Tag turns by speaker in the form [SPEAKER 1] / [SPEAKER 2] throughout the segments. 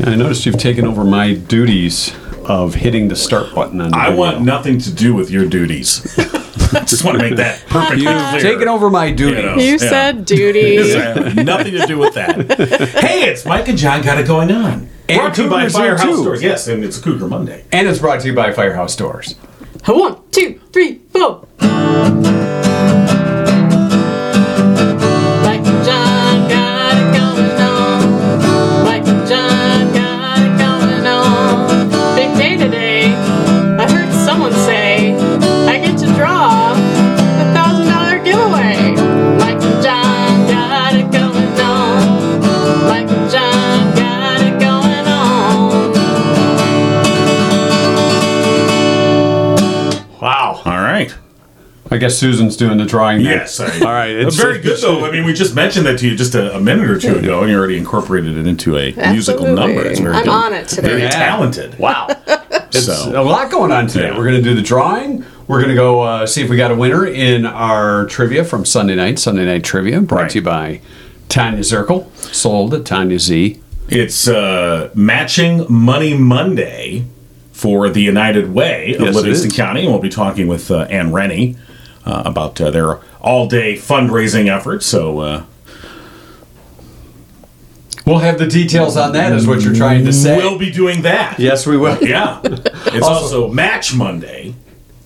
[SPEAKER 1] And I noticed you've taken over my duties of hitting the start button on the
[SPEAKER 2] I
[SPEAKER 1] video.
[SPEAKER 2] want nothing to do with your duties. Just want to make that perfectly clear.
[SPEAKER 1] You've taken over my duty.
[SPEAKER 2] know.
[SPEAKER 1] You
[SPEAKER 2] Yeah.
[SPEAKER 3] You said duty.
[SPEAKER 2] Exactly. nothing to do with that. Hey, it's Mike and John got it going on.
[SPEAKER 1] And
[SPEAKER 2] Brought to you by
[SPEAKER 1] Cougars here,
[SPEAKER 2] Firehouse
[SPEAKER 1] too.
[SPEAKER 2] Stores. Yes, and it's Cougar Monday.
[SPEAKER 1] And it's brought to you by Firehouse Doors.
[SPEAKER 3] One, two, three, four. Mike and John got it going on. Mike and John got it going on. Big day today. I heard someone say I get to draw the thousand dollar giveaway. Mike and John got it going on. Mike and John got it going on.
[SPEAKER 2] Wow. All right.
[SPEAKER 1] I guess Susan's doing the drawing. now.
[SPEAKER 2] Yes. I,
[SPEAKER 1] All right. It's
[SPEAKER 2] very good, though. I mean, we just mentioned that to you just a, a minute or two ago, and you already incorporated it into a musical
[SPEAKER 3] Absolutely.
[SPEAKER 2] number. It's very
[SPEAKER 3] I'm
[SPEAKER 2] good.
[SPEAKER 3] on it today.
[SPEAKER 2] Very
[SPEAKER 1] Yeah.
[SPEAKER 2] talented. Wow.
[SPEAKER 1] It's
[SPEAKER 2] so,
[SPEAKER 1] a lot going on today.
[SPEAKER 2] Yeah.
[SPEAKER 1] We're going to do the drawing. We're going to go uh, see if we got a winner in our trivia from Sunday night. Sunday night trivia brought
[SPEAKER 2] Right.
[SPEAKER 1] to you by Tanya Zirkel, sold at Tanya Z.
[SPEAKER 2] It's uh, matching Money Monday for the United Way of
[SPEAKER 1] Yes, it
[SPEAKER 2] Livingston
[SPEAKER 1] is.
[SPEAKER 2] County, and we'll be talking with uh, Ann Rennie uh, about uh, their all-day fundraising efforts. So, uh,
[SPEAKER 1] We'll have the details on that, is what you're trying to say.
[SPEAKER 2] we'll be doing that.
[SPEAKER 1] yes, we will.
[SPEAKER 2] yeah. It's also, Match Monday,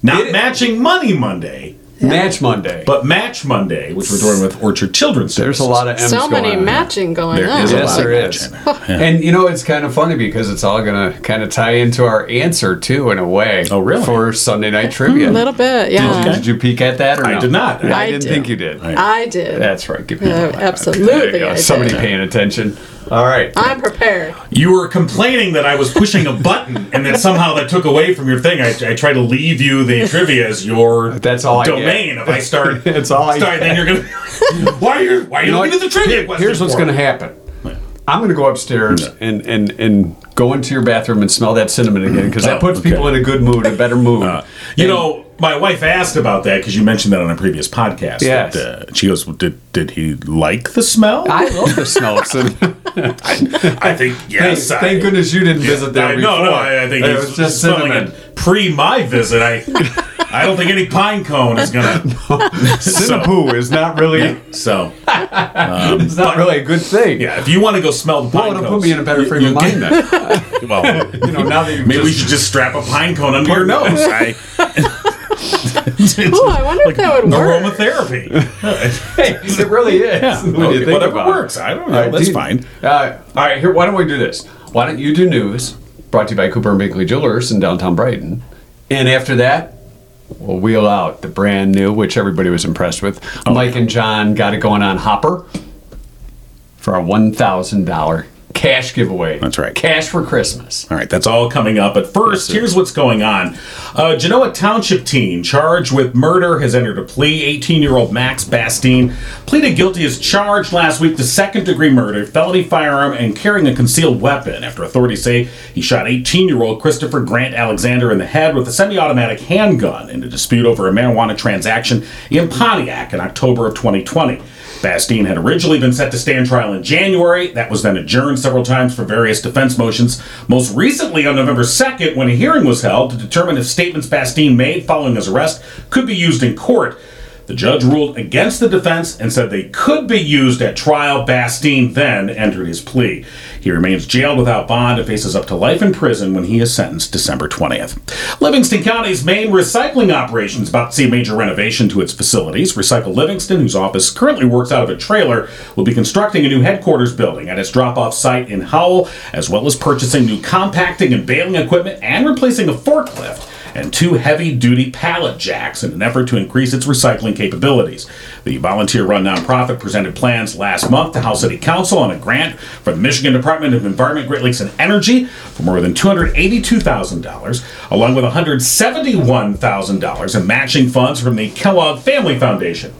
[SPEAKER 2] not
[SPEAKER 1] It-
[SPEAKER 2] Matching Money Monday,
[SPEAKER 1] Match Monday.
[SPEAKER 2] but Match Monday, which we're doing with Orchard Children's.
[SPEAKER 1] There's a lot of M's
[SPEAKER 3] so
[SPEAKER 1] going
[SPEAKER 3] many
[SPEAKER 1] on.
[SPEAKER 3] matching going
[SPEAKER 2] There
[SPEAKER 3] on.
[SPEAKER 2] is a
[SPEAKER 1] Yes,
[SPEAKER 2] lot
[SPEAKER 1] there
[SPEAKER 2] of
[SPEAKER 1] is.
[SPEAKER 2] matching.
[SPEAKER 1] And you know, it's kind of funny because it's all going to kind of tie into our answer too, in a way.
[SPEAKER 2] Oh, really?
[SPEAKER 1] For Sunday night trivia.
[SPEAKER 3] a Hmm, little bit, yeah.
[SPEAKER 2] Okay.
[SPEAKER 1] Did you peek at that? Or
[SPEAKER 2] I
[SPEAKER 1] no?
[SPEAKER 2] did not.
[SPEAKER 1] I,
[SPEAKER 2] I
[SPEAKER 1] didn't
[SPEAKER 3] did.
[SPEAKER 1] think you did.
[SPEAKER 2] I-
[SPEAKER 3] I did.
[SPEAKER 1] That's right. Give me
[SPEAKER 3] Uh,
[SPEAKER 1] a clap.
[SPEAKER 3] absolutely
[SPEAKER 1] There you go.
[SPEAKER 3] I did. Uh,
[SPEAKER 1] Somebody paying attention. All right.
[SPEAKER 3] I'm prepared.
[SPEAKER 2] You were complaining that I was pushing a button and that somehow that took away from your thing. I, I try to leave you the trivia as your
[SPEAKER 1] That's all I get.
[SPEAKER 2] domain. If I start,
[SPEAKER 1] That's all I get.
[SPEAKER 2] start, then you're gonna. why are you? Why are you,
[SPEAKER 1] You know what?
[SPEAKER 2] looking at the trivia?
[SPEAKER 1] Here-
[SPEAKER 2] question
[SPEAKER 1] Here's what's
[SPEAKER 2] for?
[SPEAKER 1] going to happen. I'm going to go upstairs and, and, and go into your bathroom and smell that cinnamon again because that
[SPEAKER 2] Oh,
[SPEAKER 1] puts people in
[SPEAKER 2] okay. Uh,
[SPEAKER 1] a good mood, a better mood.
[SPEAKER 2] You know, my wife asked about that because you mentioned that on a previous podcast.
[SPEAKER 1] Yes.
[SPEAKER 2] That, uh, she goes, well, "Did did he like the smell?"
[SPEAKER 1] I love the smell of cinnamon.
[SPEAKER 2] I think
[SPEAKER 1] Thank,
[SPEAKER 2] yes. I-
[SPEAKER 1] thank goodness you didn't visit there
[SPEAKER 2] I,
[SPEAKER 1] before.
[SPEAKER 2] no, no, I, I think
[SPEAKER 1] it
[SPEAKER 2] he's
[SPEAKER 1] was just
[SPEAKER 2] smelling
[SPEAKER 1] cinnamon.
[SPEAKER 2] it pre my visit. I, I don't think any pine cone is gonna. so,
[SPEAKER 1] Cinnapoo is not really
[SPEAKER 2] so
[SPEAKER 1] it's not really a good thing.
[SPEAKER 2] yeah, if you want to go smell the
[SPEAKER 1] Well,
[SPEAKER 2] pine
[SPEAKER 1] it'll
[SPEAKER 2] cones,
[SPEAKER 1] put me in a better
[SPEAKER 2] you-
[SPEAKER 1] frame
[SPEAKER 2] you
[SPEAKER 1] of mind
[SPEAKER 2] can-
[SPEAKER 1] then.
[SPEAKER 2] Well,
[SPEAKER 1] You know, now that you've
[SPEAKER 2] maybe we
[SPEAKER 1] just-
[SPEAKER 2] should just strap a pine cone under your nose. I,
[SPEAKER 3] Oh, I wonder if that would work.
[SPEAKER 2] aromatherapy.
[SPEAKER 1] it really is. When you
[SPEAKER 2] Okay,
[SPEAKER 1] think
[SPEAKER 2] whatever
[SPEAKER 1] about it.
[SPEAKER 2] works. I don't know.
[SPEAKER 1] All right,
[SPEAKER 2] That's
[SPEAKER 1] do-
[SPEAKER 2] fine.
[SPEAKER 1] Uh, all right, here. Why don't we do this? Why don't you do news? Brought to you by Cooper and Binkley Jewelers in downtown Brighton. And after that, we'll wheel out the brand new, which everybody was impressed with.
[SPEAKER 2] Oh.
[SPEAKER 1] Mike and John got it going on Hopper for a one thousand dollar cash giveaway.
[SPEAKER 2] That's right.
[SPEAKER 1] Cash for Christmas.
[SPEAKER 2] All right, that's all coming up. But first, here's what's going on. Uh, Genoa Township teen charged with murder has entered a plea. 18 year old Max Bastine pleaded guilty as charged last week to second degree murder, felony firearm, and carrying a concealed weapon after authorities say he shot 18 year old Christopher Grant Alexander in the head with a semi automatic handgun in a dispute over a marijuana transaction in Pontiac in October of 2020. Bastine had originally been set to stand trial in January. That was then adjourned several times for various defense motions. Most recently, on November 2nd, when a hearing was held to determine if statements Bastine made following his arrest could be used in court. The judge ruled against the defense and said they could be used at trial. Bastine then entered his plea. He remains jailed without bond and faces up to life in prison when he is sentenced December 20th. Livingston County's main recycling operation is about to see a major renovation to its facilities. Recycle Livingston, whose office currently works out of a trailer, will be constructing a new headquarters building at its drop off site in Howell, as well as purchasing new compacting and baling equipment and replacing a forklift and two heavy duty pallet jacks in an effort to increase its recycling capabilities. The volunteer run nonprofit presented plans last month to House City Council on a grant from the Michigan Department of Environment, Great Lakes, and Energy for more than $282,000, along with $171,000 in matching funds from the Kellogg Family Foundation.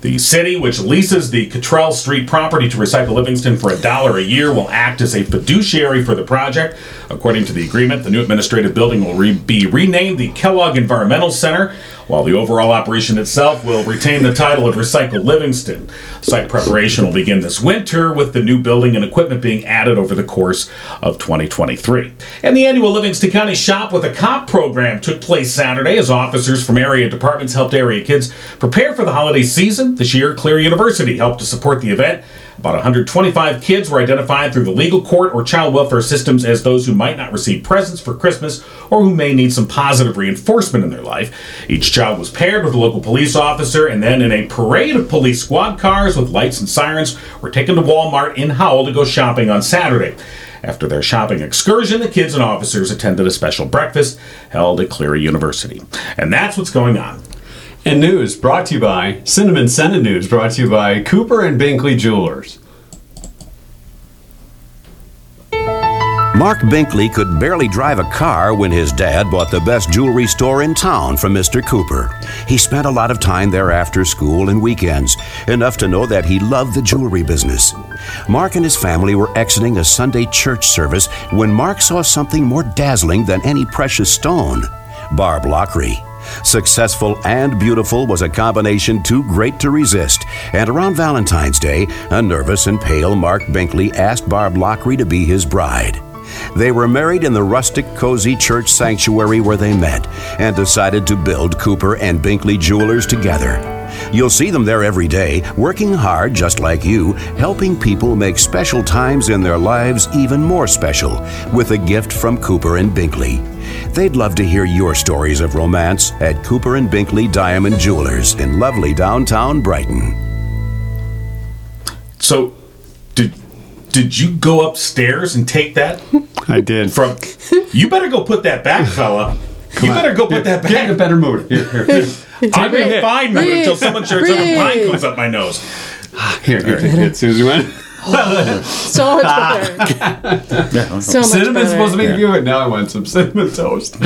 [SPEAKER 2] The city, which leases the Cottrell Street property to Recycle Livingston for a dollar a year, will act as a fiduciary for the project. According to the agreement, the new administrative building will re- be renamed the Kellogg Environmental Center. While the overall operation itself will retain the title of Recycle Livingston, site preparation will begin this winter with the new building and equipment being added over the course of 2023. And the annual Livingston County Shop with a Cop program took place Saturday as officers from area departments helped area kids prepare for the holiday season. This year, Clear University helped to support the event. About 125 kids were identified through the legal court or child welfare systems as those who might not receive presents for Christmas or who may need some positive reinforcement in their life. Each child was paired with a local police officer, and then in a parade of police squad cars with lights and sirens, were taken to Walmart in Howell to go shopping on Saturday. After their shopping excursion, the kids and officers attended a special breakfast held at Cleary University. And that's what's going on.
[SPEAKER 1] And news brought to you by Cinnamon Senate News, brought to you by Cooper and Binkley Jewelers.
[SPEAKER 4] Mark Binkley could barely drive a car when his dad bought the best jewelry store in town from Mr. Cooper. He spent a lot of time there after school and weekends, enough to know that he loved the jewelry business. Mark and his family were exiting a Sunday church service when Mark saw something more dazzling than any precious stone Barb Lockery. Successful and beautiful was a combination too great to resist. And around Valentine's Day, a nervous and pale Mark Binkley asked Barb Lockery to be his bride. They were married in the rustic, cozy church sanctuary where they met and decided to build Cooper and Binkley Jewelers together. You'll see them there every day, working hard just like you, helping people make special times in their lives even more special with a gift from Cooper and Binkley. They'd love to hear your stories of romance at Cooper and Binkley Diamond Jewelers in lovely downtown Brighton.
[SPEAKER 2] So, did did you go upstairs and take that
[SPEAKER 1] I did.
[SPEAKER 2] from? You better go put that back, fella. you better go put that
[SPEAKER 1] Get in a
[SPEAKER 2] back.
[SPEAKER 1] better mood. Here, here, here.
[SPEAKER 2] I'm in a
[SPEAKER 1] hit.
[SPEAKER 2] fine mood until someone turns up and
[SPEAKER 3] Breathe.
[SPEAKER 2] pine comes up my nose.
[SPEAKER 1] here, here, here. Susie went.
[SPEAKER 3] So much better. so much
[SPEAKER 1] Cinnamon's
[SPEAKER 3] better.
[SPEAKER 1] supposed to be good. Now I want some cinnamon toast.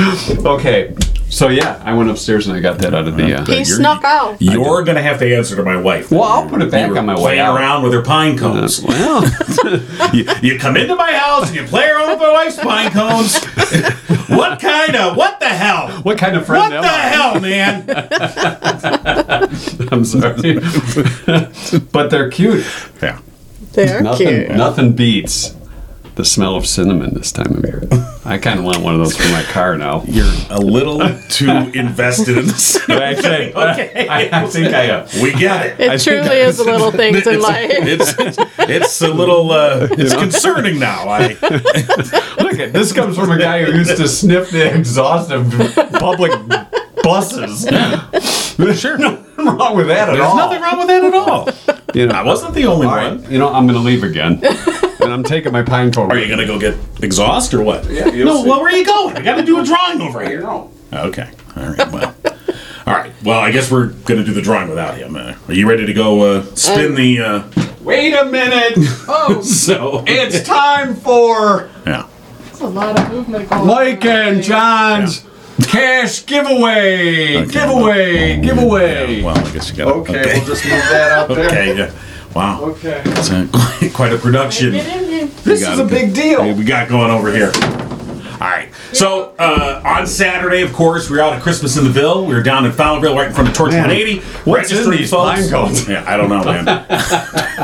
[SPEAKER 1] Okay. So yeah, I went upstairs and I got that out of the. Uh,
[SPEAKER 3] he snuck out.
[SPEAKER 2] You're gonna have to answer to my wife.
[SPEAKER 1] well, I'll put it back
[SPEAKER 2] You're
[SPEAKER 1] on my way
[SPEAKER 2] playing
[SPEAKER 1] out.
[SPEAKER 2] around with her pine cones.
[SPEAKER 1] Well,
[SPEAKER 2] you, you come into my house and you play around with my wife's pine cones. what kind of what the hell?
[SPEAKER 1] what kind of
[SPEAKER 2] What
[SPEAKER 1] friend? am
[SPEAKER 2] the hell, man?
[SPEAKER 1] I? I'm sorry, but they're cute.
[SPEAKER 2] Yeah.
[SPEAKER 3] They're
[SPEAKER 1] Nothing,
[SPEAKER 3] cute.
[SPEAKER 1] nothing beats the smell of cinnamon this time of year. I kind of want one of those for my car now.
[SPEAKER 2] You're a little too invested in this.
[SPEAKER 1] Actually,
[SPEAKER 2] Okay.
[SPEAKER 1] I, I think I uh, am.
[SPEAKER 2] We got it.
[SPEAKER 1] I
[SPEAKER 3] It
[SPEAKER 1] think
[SPEAKER 3] truly is the little things in life.
[SPEAKER 2] It's it's a little uh, it's concerning now. I
[SPEAKER 1] Look at this comes from a guy who used to sniff the exhaust of public buses.
[SPEAKER 2] sure
[SPEAKER 1] Nothing wrong with that at
[SPEAKER 2] there's
[SPEAKER 1] all.
[SPEAKER 2] nothing wrong with that at all.
[SPEAKER 1] You know,
[SPEAKER 2] I wasn't the only
[SPEAKER 1] All
[SPEAKER 2] one.
[SPEAKER 1] right, you know, I'm gonna leave again, and I'm taking my pine cone.
[SPEAKER 2] Are you gonna go get exhaust or what?
[SPEAKER 1] Yeah, you'll
[SPEAKER 2] no.
[SPEAKER 1] see.
[SPEAKER 2] Well, where are you going? I got to do a drawing over here.
[SPEAKER 1] No.
[SPEAKER 2] Okay. All right. Well. All right. Well, I guess we're gonna do the drawing without him. Uh, are you ready to go uh, spin
[SPEAKER 1] Um,
[SPEAKER 2] the? Uh,
[SPEAKER 1] Wait a minute. Oh,
[SPEAKER 2] so
[SPEAKER 1] it's time for
[SPEAKER 2] yeah.
[SPEAKER 3] That's a lot of movement going
[SPEAKER 1] Mike and John's cash giveaway.
[SPEAKER 2] Okay,
[SPEAKER 1] giveaway. giveaway.
[SPEAKER 2] Yeah, well, I guess you got.
[SPEAKER 1] okay, we'll just move that out there.
[SPEAKER 2] Okay. Yeah. Wow.
[SPEAKER 1] Okay.
[SPEAKER 2] It's uh, quite, quite a production.
[SPEAKER 3] Get in here.
[SPEAKER 1] This
[SPEAKER 2] got
[SPEAKER 1] is a
[SPEAKER 2] it.
[SPEAKER 1] big deal.
[SPEAKER 2] we got going over here. All right. So uh, on Saturday, of course, we were out at Christmas in the Ville. We were down in Fowlerville, right in front of Torch
[SPEAKER 1] Man,
[SPEAKER 2] 180.
[SPEAKER 1] what's in
[SPEAKER 2] registering
[SPEAKER 1] these
[SPEAKER 2] folks.
[SPEAKER 1] pine cones?
[SPEAKER 2] Yeah, I don't know, man.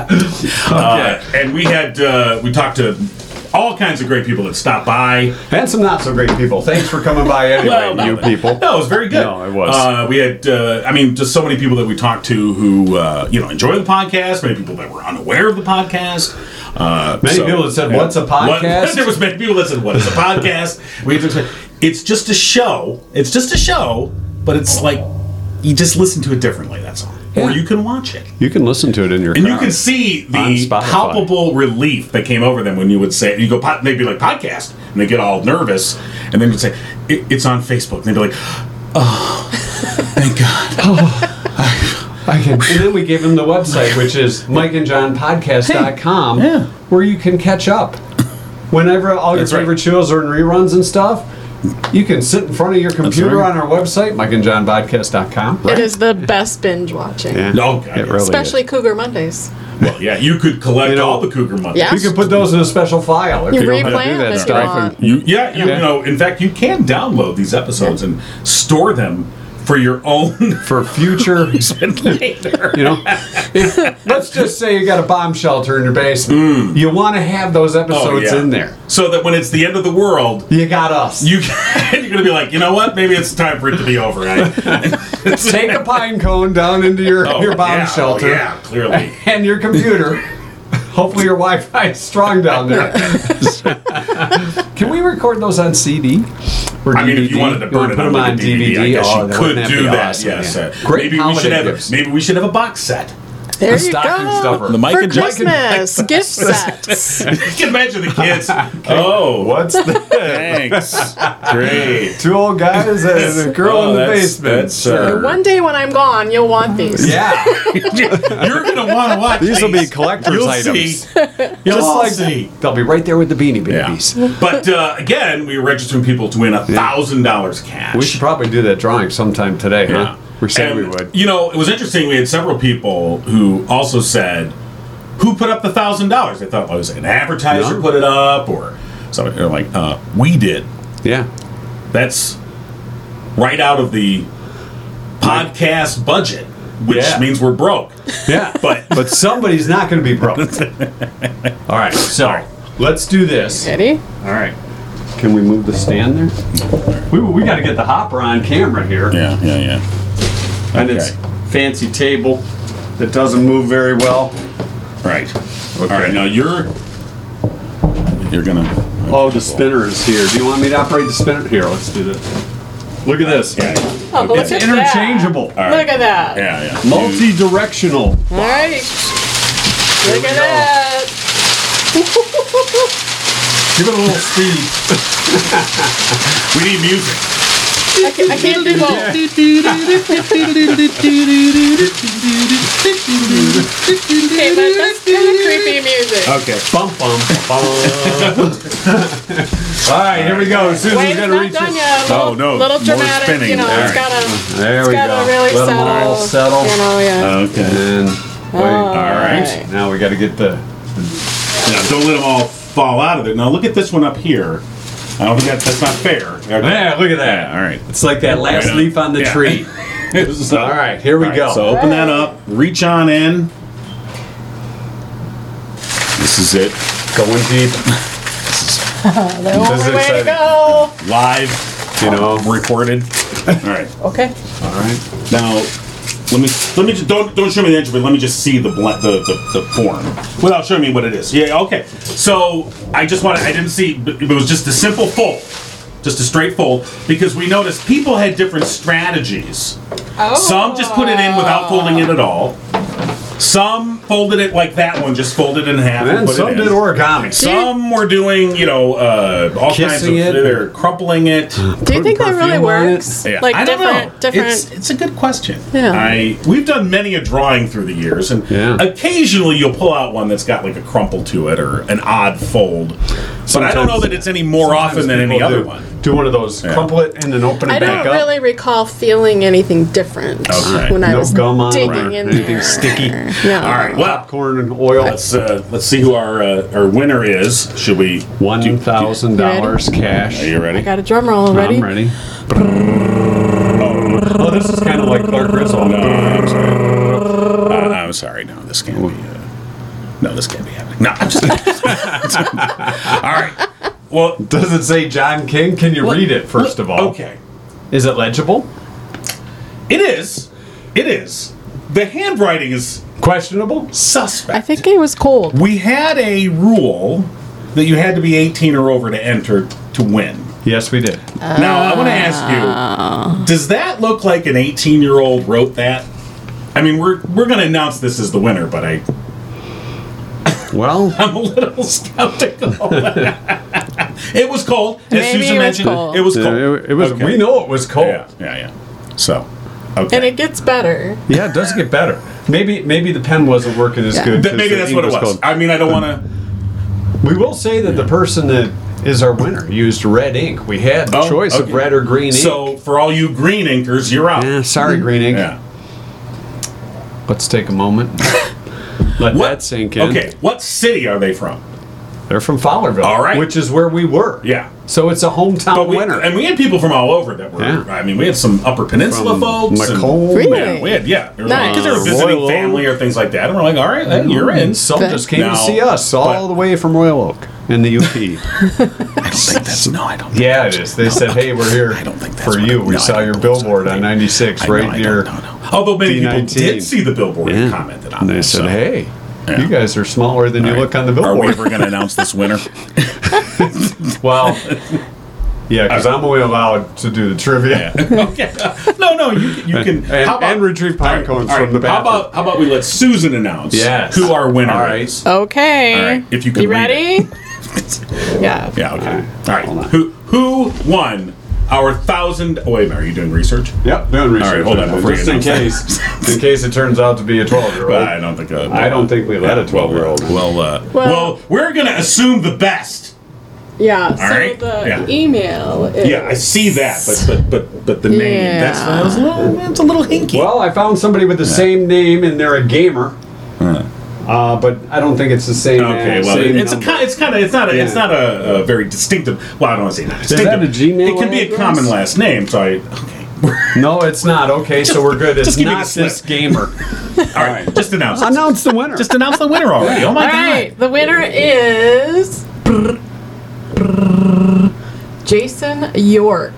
[SPEAKER 2] uh, and we had uh, we talked to all kinds of great people that stopped by.
[SPEAKER 1] And some not so great people. Thanks for coming by anyway,
[SPEAKER 2] no,
[SPEAKER 1] you people.
[SPEAKER 2] No, it was very good.
[SPEAKER 1] No, it was.
[SPEAKER 2] Uh, we had, uh, I mean, just so many people that we talked to who, uh, you know, enjoy the podcast. Many people that were unaware of the podcast. Uh,
[SPEAKER 1] Many people that said, "What's a
[SPEAKER 2] What-
[SPEAKER 1] podcast?"
[SPEAKER 2] there was many people that said, "What's a podcast?" we had to say, "It's just a show. It's just a show, but it's like you just listen to it differently. That's all." Or
[SPEAKER 1] Yeah.
[SPEAKER 2] you can watch it,
[SPEAKER 1] You can listen to it in your
[SPEAKER 2] and you can see
[SPEAKER 1] On
[SPEAKER 2] the
[SPEAKER 1] Spotify.
[SPEAKER 2] palpable relief that came over them when you would say, "You go," pod, they'd be like, "Podcast," and they get all nervous, and then you'd say, it, "It's on Facebook," and they'd be like, "Oh, thank God."
[SPEAKER 1] and then we gave him the website, which is mikeandjohnpodcast.com,
[SPEAKER 2] yeah.
[SPEAKER 1] where you can catch up. Whenever all your
[SPEAKER 2] That's right.
[SPEAKER 1] favorite shows are in reruns and stuff, you can sit in front of your computer
[SPEAKER 2] right.
[SPEAKER 1] on our website, mikeandjohnpodcast.com.
[SPEAKER 2] Right.
[SPEAKER 3] It is the best binge watching.
[SPEAKER 2] No, God,
[SPEAKER 1] It really
[SPEAKER 3] Especially
[SPEAKER 1] is.
[SPEAKER 3] Cougar Mondays.
[SPEAKER 2] Well, yeah, you could collect
[SPEAKER 1] You know-
[SPEAKER 2] all the Cougar money.
[SPEAKER 3] Yeah.
[SPEAKER 1] You can put those in a special file. If
[SPEAKER 3] You
[SPEAKER 1] you don't have
[SPEAKER 3] replay
[SPEAKER 1] to
[SPEAKER 3] them
[SPEAKER 1] do that
[SPEAKER 3] if you
[SPEAKER 1] stuff.
[SPEAKER 3] want.
[SPEAKER 2] You, yeah, you
[SPEAKER 1] Yeah.
[SPEAKER 2] know, in fact, you can download these episodes and store them for your own
[SPEAKER 1] for future.
[SPEAKER 2] later.
[SPEAKER 1] You know, If- let's just say you got a bomb shelter in your basement. You want to have those episodes
[SPEAKER 2] Mm. Oh, yeah.
[SPEAKER 1] in there.
[SPEAKER 2] So that when it's the end of the world,
[SPEAKER 1] You got us.
[SPEAKER 2] you can, you're gonna be like, you know what? Maybe it's time for it to be over. Right?
[SPEAKER 1] take a pine cone down into your
[SPEAKER 2] Oh,
[SPEAKER 1] your bomb
[SPEAKER 2] yeah, oh,
[SPEAKER 1] shelter
[SPEAKER 2] yeah, clearly.
[SPEAKER 1] and your computer. Hopefully your Wi-Fi is strong down there. Can we record those on CD? Or
[SPEAKER 2] I mean, if you
[SPEAKER 1] DVD?
[SPEAKER 2] wanted to burn
[SPEAKER 1] wanna
[SPEAKER 2] it
[SPEAKER 1] put them
[SPEAKER 2] up with
[SPEAKER 1] on
[SPEAKER 2] a DVD, I guess
[SPEAKER 1] oh,
[SPEAKER 2] you
[SPEAKER 1] that
[SPEAKER 2] could
[SPEAKER 1] wouldn't
[SPEAKER 2] do
[SPEAKER 1] be
[SPEAKER 2] that.
[SPEAKER 1] awesome,
[SPEAKER 2] yes.
[SPEAKER 1] yeah.
[SPEAKER 2] uh,
[SPEAKER 1] Great
[SPEAKER 2] maybe we
[SPEAKER 1] holiday
[SPEAKER 2] should have.
[SPEAKER 1] gifts.
[SPEAKER 2] Maybe we should have a box set.
[SPEAKER 3] There
[SPEAKER 1] A
[SPEAKER 3] you
[SPEAKER 1] stocking
[SPEAKER 3] go.
[SPEAKER 1] stuffer.
[SPEAKER 5] The Mike
[SPEAKER 3] For
[SPEAKER 5] and Jack-
[SPEAKER 3] Christmas gift sets.
[SPEAKER 2] you can imagine the kids. Oh,
[SPEAKER 5] What's that?
[SPEAKER 2] Thanks. Great.
[SPEAKER 1] Two old guys and a girl
[SPEAKER 2] Oh,
[SPEAKER 1] in the
[SPEAKER 2] that's-
[SPEAKER 1] basement.
[SPEAKER 2] that's, uh,
[SPEAKER 3] One day when I'm gone, you'll want these.
[SPEAKER 1] yeah,
[SPEAKER 2] You're gonna want to watch.
[SPEAKER 1] These will be collector's
[SPEAKER 2] You'll
[SPEAKER 1] items.
[SPEAKER 2] See. You'll
[SPEAKER 1] just like
[SPEAKER 2] see.
[SPEAKER 1] they'll be right there with the Beanie
[SPEAKER 2] Yeah.
[SPEAKER 1] Babies.
[SPEAKER 2] But uh, again, we are registering people to win a thousand dollars cash.
[SPEAKER 1] We should probably do that drawing sometime today, huh? We said
[SPEAKER 2] And,
[SPEAKER 1] we would.
[SPEAKER 2] You know, it was interesting. We had several people who also said, "Who put up the thousand dollars?" They thought well, it was an advertiser
[SPEAKER 1] No.
[SPEAKER 2] put it up, or somebody. They're like, uh, "We did."
[SPEAKER 1] Yeah.
[SPEAKER 2] That's right out of the podcast budget, which
[SPEAKER 1] Yeah.
[SPEAKER 2] means we're broke.
[SPEAKER 1] Yeah,
[SPEAKER 2] But-
[SPEAKER 1] but somebody's not going to be broke. All right, so let's do this.
[SPEAKER 3] Ready?
[SPEAKER 1] All right, can we move the stand there? We we got to get the hopper on camera here,
[SPEAKER 2] Yeah, yeah, yeah.
[SPEAKER 1] and it's fancy table that doesn't move very well.
[SPEAKER 2] Right. All right. Now you're you're gonna.
[SPEAKER 1] Oh, the spinner is here. Do you want me to operate the spinner? Here, let's do this. Look at this.
[SPEAKER 2] Yeah.
[SPEAKER 3] Oh, but
[SPEAKER 2] It's
[SPEAKER 3] look at
[SPEAKER 1] Interchangeable,
[SPEAKER 2] All
[SPEAKER 3] That.
[SPEAKER 2] right.
[SPEAKER 3] Look at that.
[SPEAKER 2] Yeah, yeah.
[SPEAKER 1] multi-directional.
[SPEAKER 3] All right. Look at that.
[SPEAKER 1] Give it a little speed.
[SPEAKER 2] We need music.
[SPEAKER 3] I, can, I can't do both. Okay, but that's kind of creepy music.
[SPEAKER 1] Okay. Bum bum bum. All right, here we go.
[SPEAKER 3] Wait,
[SPEAKER 1] Susan's
[SPEAKER 3] it's
[SPEAKER 1] going to
[SPEAKER 3] not
[SPEAKER 1] reach.
[SPEAKER 3] done
[SPEAKER 1] it.
[SPEAKER 3] yet. A
[SPEAKER 2] Oh,
[SPEAKER 3] Little,
[SPEAKER 2] no,
[SPEAKER 3] Little
[SPEAKER 2] more
[SPEAKER 3] dramatic,
[SPEAKER 2] spinning.
[SPEAKER 3] you know.
[SPEAKER 2] All
[SPEAKER 3] It's
[SPEAKER 2] right.
[SPEAKER 3] gotta.
[SPEAKER 1] There
[SPEAKER 3] it's
[SPEAKER 1] we
[SPEAKER 3] gotta
[SPEAKER 1] go.
[SPEAKER 3] really
[SPEAKER 1] Let 'em
[SPEAKER 3] settle.
[SPEAKER 1] all settle. Um,
[SPEAKER 3] You know, yeah.
[SPEAKER 2] Okay.
[SPEAKER 1] And wait.
[SPEAKER 2] All right.
[SPEAKER 3] right.
[SPEAKER 1] Now we got to get the
[SPEAKER 2] Now, don't let them all fall out of it. Now look at this one up here. I don't think that, that's not fair.
[SPEAKER 1] Yeah, look at that.
[SPEAKER 2] Yeah, all right.
[SPEAKER 1] It's like that last
[SPEAKER 2] Right on.
[SPEAKER 1] leaf on the
[SPEAKER 2] Yeah.
[SPEAKER 1] tree.
[SPEAKER 2] So-
[SPEAKER 1] All right, here we
[SPEAKER 2] all right,
[SPEAKER 1] go.
[SPEAKER 2] So open that up. Reach on in. This is it.
[SPEAKER 1] Going deep,
[SPEAKER 3] The
[SPEAKER 1] This
[SPEAKER 3] only
[SPEAKER 1] is
[SPEAKER 3] way to
[SPEAKER 1] exciting.
[SPEAKER 3] go.
[SPEAKER 2] Live.
[SPEAKER 1] you know.
[SPEAKER 2] Recorded. All right.
[SPEAKER 3] Okay.
[SPEAKER 1] All right.
[SPEAKER 2] Now, let me let me just don't don't show me the entry, but let me just see the bl- the, the the form without showing me what it is. Yeah, okay. So I just wanted I didn't see but it was just a simple fold, just a straight fold because we noticed people had different strategies.
[SPEAKER 3] Oh.
[SPEAKER 2] Some just put it in without folding it at all. Some folded it like that one, just folded it in half.
[SPEAKER 1] And
[SPEAKER 2] put it
[SPEAKER 1] some
[SPEAKER 2] in.
[SPEAKER 1] did origami.
[SPEAKER 2] Some were doing, you know, uh, all
[SPEAKER 1] Kissing
[SPEAKER 2] kinds of.
[SPEAKER 1] it.
[SPEAKER 2] They're crumpling it.
[SPEAKER 3] Do you think that
[SPEAKER 1] Putting
[SPEAKER 3] really
[SPEAKER 1] perfume on it?
[SPEAKER 3] works?
[SPEAKER 2] Yeah.
[SPEAKER 3] Like
[SPEAKER 2] I don't
[SPEAKER 3] different,
[SPEAKER 2] know.
[SPEAKER 3] different.
[SPEAKER 2] It's, it's a good question.
[SPEAKER 3] Yeah.
[SPEAKER 2] I we've done many a drawing through the years, and
[SPEAKER 1] Yeah.
[SPEAKER 2] occasionally you'll pull out one that's got like a crumple to it or an odd fold. but I don't
[SPEAKER 1] Sometimes-
[SPEAKER 2] know that it's any more often than any
[SPEAKER 1] People
[SPEAKER 2] other
[SPEAKER 1] do,
[SPEAKER 2] one.
[SPEAKER 1] Do one of those,
[SPEAKER 2] Yeah.
[SPEAKER 1] crumple it and then open it
[SPEAKER 3] I
[SPEAKER 1] back
[SPEAKER 3] don't
[SPEAKER 1] up.
[SPEAKER 3] really recall feeling anything different
[SPEAKER 2] Okay.
[SPEAKER 3] when I
[SPEAKER 1] No
[SPEAKER 3] was
[SPEAKER 1] gum on it
[SPEAKER 3] digging
[SPEAKER 1] or
[SPEAKER 3] in
[SPEAKER 1] anything
[SPEAKER 3] there.
[SPEAKER 1] sticky.
[SPEAKER 3] No.
[SPEAKER 2] All right. Well,
[SPEAKER 1] Popcorn and oil.
[SPEAKER 2] let's uh, let's see who our uh, our winner is. Should we?
[SPEAKER 1] One thousand dollars
[SPEAKER 2] Are
[SPEAKER 1] cash.
[SPEAKER 2] you
[SPEAKER 3] I
[SPEAKER 2] ready?
[SPEAKER 3] got a drum roll already.
[SPEAKER 1] I'm ready. Oh, this is kind of like Clark Griswold.
[SPEAKER 2] No, I'm sorry. Uh, I'm sorry. No, this can't be. Uh, no, this can't be happening. No, I'm just. All right. Well,
[SPEAKER 1] Does it say John King? Can you read it first of all?
[SPEAKER 2] okay.
[SPEAKER 1] Is it legible?
[SPEAKER 2] It is. It is. The handwriting is
[SPEAKER 1] Questionable?
[SPEAKER 2] suspect.
[SPEAKER 3] I think it was cold.
[SPEAKER 2] we had a rule that you had to be 18 or over to enter to win.
[SPEAKER 1] Yes, we did.
[SPEAKER 2] now, I want to ask
[SPEAKER 3] Ah.
[SPEAKER 2] you, does that look like an 18-year-old wrote that? I mean, we're we're going to announce this as the winner, but I
[SPEAKER 1] Well,
[SPEAKER 2] I'm a little skeptical. it was cold, as
[SPEAKER 3] Maybe
[SPEAKER 2] Susan
[SPEAKER 3] it was
[SPEAKER 2] mentioned.
[SPEAKER 3] cold.
[SPEAKER 2] It was cold.
[SPEAKER 1] it, it was.
[SPEAKER 2] Okay.
[SPEAKER 1] We know it was cold.
[SPEAKER 2] Yeah, yeah, yeah. So, okay.
[SPEAKER 3] And it gets better.
[SPEAKER 1] Yeah, it does get better. Maybe maybe the pen wasn't working as
[SPEAKER 3] Yeah.
[SPEAKER 1] good.
[SPEAKER 2] Th-
[SPEAKER 1] 'cause
[SPEAKER 2] maybe
[SPEAKER 1] the
[SPEAKER 2] that's
[SPEAKER 1] ink
[SPEAKER 2] what it was. I mean, I don't want to.
[SPEAKER 1] cold. We will say that the person that is our winner used red ink. We had the
[SPEAKER 2] Oh,
[SPEAKER 1] choice of
[SPEAKER 2] okay.
[SPEAKER 1] red or green ink.
[SPEAKER 2] So for all you green inkers, you're out.
[SPEAKER 1] Eh, sorry, green ink.
[SPEAKER 2] Yeah.
[SPEAKER 1] Let's take a moment. Let that sink in.
[SPEAKER 2] Okay. What city are they from?
[SPEAKER 1] They're from Fowlerville.
[SPEAKER 2] All right.
[SPEAKER 1] Which is where we were.
[SPEAKER 2] Yeah.
[SPEAKER 1] So it's a hometown
[SPEAKER 2] But we,
[SPEAKER 1] winner.
[SPEAKER 2] and we had people from all over that were.
[SPEAKER 1] Yeah.
[SPEAKER 2] I mean, we had some Upper Peninsula
[SPEAKER 1] From
[SPEAKER 2] folks. and-
[SPEAKER 1] Macomb.
[SPEAKER 5] Really?
[SPEAKER 2] Yeah, we had yeah. Because
[SPEAKER 5] Nice.
[SPEAKER 2] they were visiting
[SPEAKER 1] Royal Oak.
[SPEAKER 2] family or things like that, and we're like, all right, hey, you're in. So
[SPEAKER 1] Some just came
[SPEAKER 2] No,
[SPEAKER 1] to see us all
[SPEAKER 2] but-
[SPEAKER 1] the way from Royal Oak in the UP.
[SPEAKER 2] I don't think that's no. I don't.
[SPEAKER 1] yeah, it is. They said, hey, we're here
[SPEAKER 2] I don't think that's
[SPEAKER 1] for
[SPEAKER 2] what
[SPEAKER 1] you.
[SPEAKER 2] it-
[SPEAKER 1] we
[SPEAKER 2] no, I
[SPEAKER 1] saw
[SPEAKER 2] don't
[SPEAKER 1] your
[SPEAKER 2] believe so.
[SPEAKER 1] billboard on 96 right near.
[SPEAKER 2] Although many people
[SPEAKER 1] D19.
[SPEAKER 2] did see the billboard and commented on
[SPEAKER 1] And
[SPEAKER 2] it.
[SPEAKER 1] they said,
[SPEAKER 2] so-
[SPEAKER 1] hey,
[SPEAKER 2] Yeah.
[SPEAKER 1] you guys are smaller than you
[SPEAKER 2] All right.
[SPEAKER 1] look on the
[SPEAKER 2] Are we
[SPEAKER 1] billboard.
[SPEAKER 2] ever going to announce this winner?
[SPEAKER 1] well, yeah, because I'm only allowed to do the trivia.
[SPEAKER 2] okay. No, no, you, you can.
[SPEAKER 1] And- and retrieve pine
[SPEAKER 2] All right,
[SPEAKER 1] cones
[SPEAKER 2] all
[SPEAKER 1] from the
[SPEAKER 2] How
[SPEAKER 1] bathroom.
[SPEAKER 2] about, how about we let Susan announce
[SPEAKER 1] Yes.
[SPEAKER 2] who our winner
[SPEAKER 1] All right.
[SPEAKER 2] is?
[SPEAKER 5] Okay.
[SPEAKER 2] All right, if you can
[SPEAKER 3] You
[SPEAKER 2] read it.
[SPEAKER 3] ready? yeah.
[SPEAKER 2] Yeah, okay. All right.
[SPEAKER 1] Hold on.
[SPEAKER 2] Who who won our thousand? Oh, wait a minute. Are you doing research?
[SPEAKER 1] Yep, doing research.
[SPEAKER 2] All right, hold on before
[SPEAKER 1] Just
[SPEAKER 2] you
[SPEAKER 1] in
[SPEAKER 2] announce
[SPEAKER 1] case, in case it turns out to be a 12 year
[SPEAKER 2] But I
[SPEAKER 1] old.
[SPEAKER 2] don't think. Uh,
[SPEAKER 1] I don't think we let a 12 year old.
[SPEAKER 2] Well, uh, well,
[SPEAKER 5] Well-
[SPEAKER 2] we're going to assume the best.
[SPEAKER 5] Yeah.
[SPEAKER 2] All
[SPEAKER 5] So
[SPEAKER 2] right.
[SPEAKER 5] the
[SPEAKER 2] Yeah.
[SPEAKER 5] email is.
[SPEAKER 2] Yeah, I see that, but but but but the name.
[SPEAKER 5] Yeah.
[SPEAKER 2] That's, that's a little, that's a little hinky.
[SPEAKER 1] Well, I found somebody with the same name, and they're a gamer. Uh, but I don't think it's the same.
[SPEAKER 2] Okay,
[SPEAKER 1] uh,
[SPEAKER 2] well,
[SPEAKER 1] same
[SPEAKER 2] it's a
[SPEAKER 1] number.
[SPEAKER 2] ki it's kind of it's not a, it's
[SPEAKER 1] Yeah.
[SPEAKER 2] not a, a very distinctive. Well, I don't want to say not distinctive.
[SPEAKER 1] that a Gmail
[SPEAKER 2] It can be a
[SPEAKER 1] address?
[SPEAKER 2] common last name. So I okay.
[SPEAKER 1] no, it's not. Okay, so we're good. It's
[SPEAKER 2] just give me
[SPEAKER 1] not
[SPEAKER 2] the
[SPEAKER 1] this
[SPEAKER 2] slip.
[SPEAKER 1] gamer.
[SPEAKER 2] All right, just announce. it.
[SPEAKER 1] Announce the winner.
[SPEAKER 2] Just announce the winner already. Oh my
[SPEAKER 3] All
[SPEAKER 2] god.
[SPEAKER 3] right. The winner is Jason York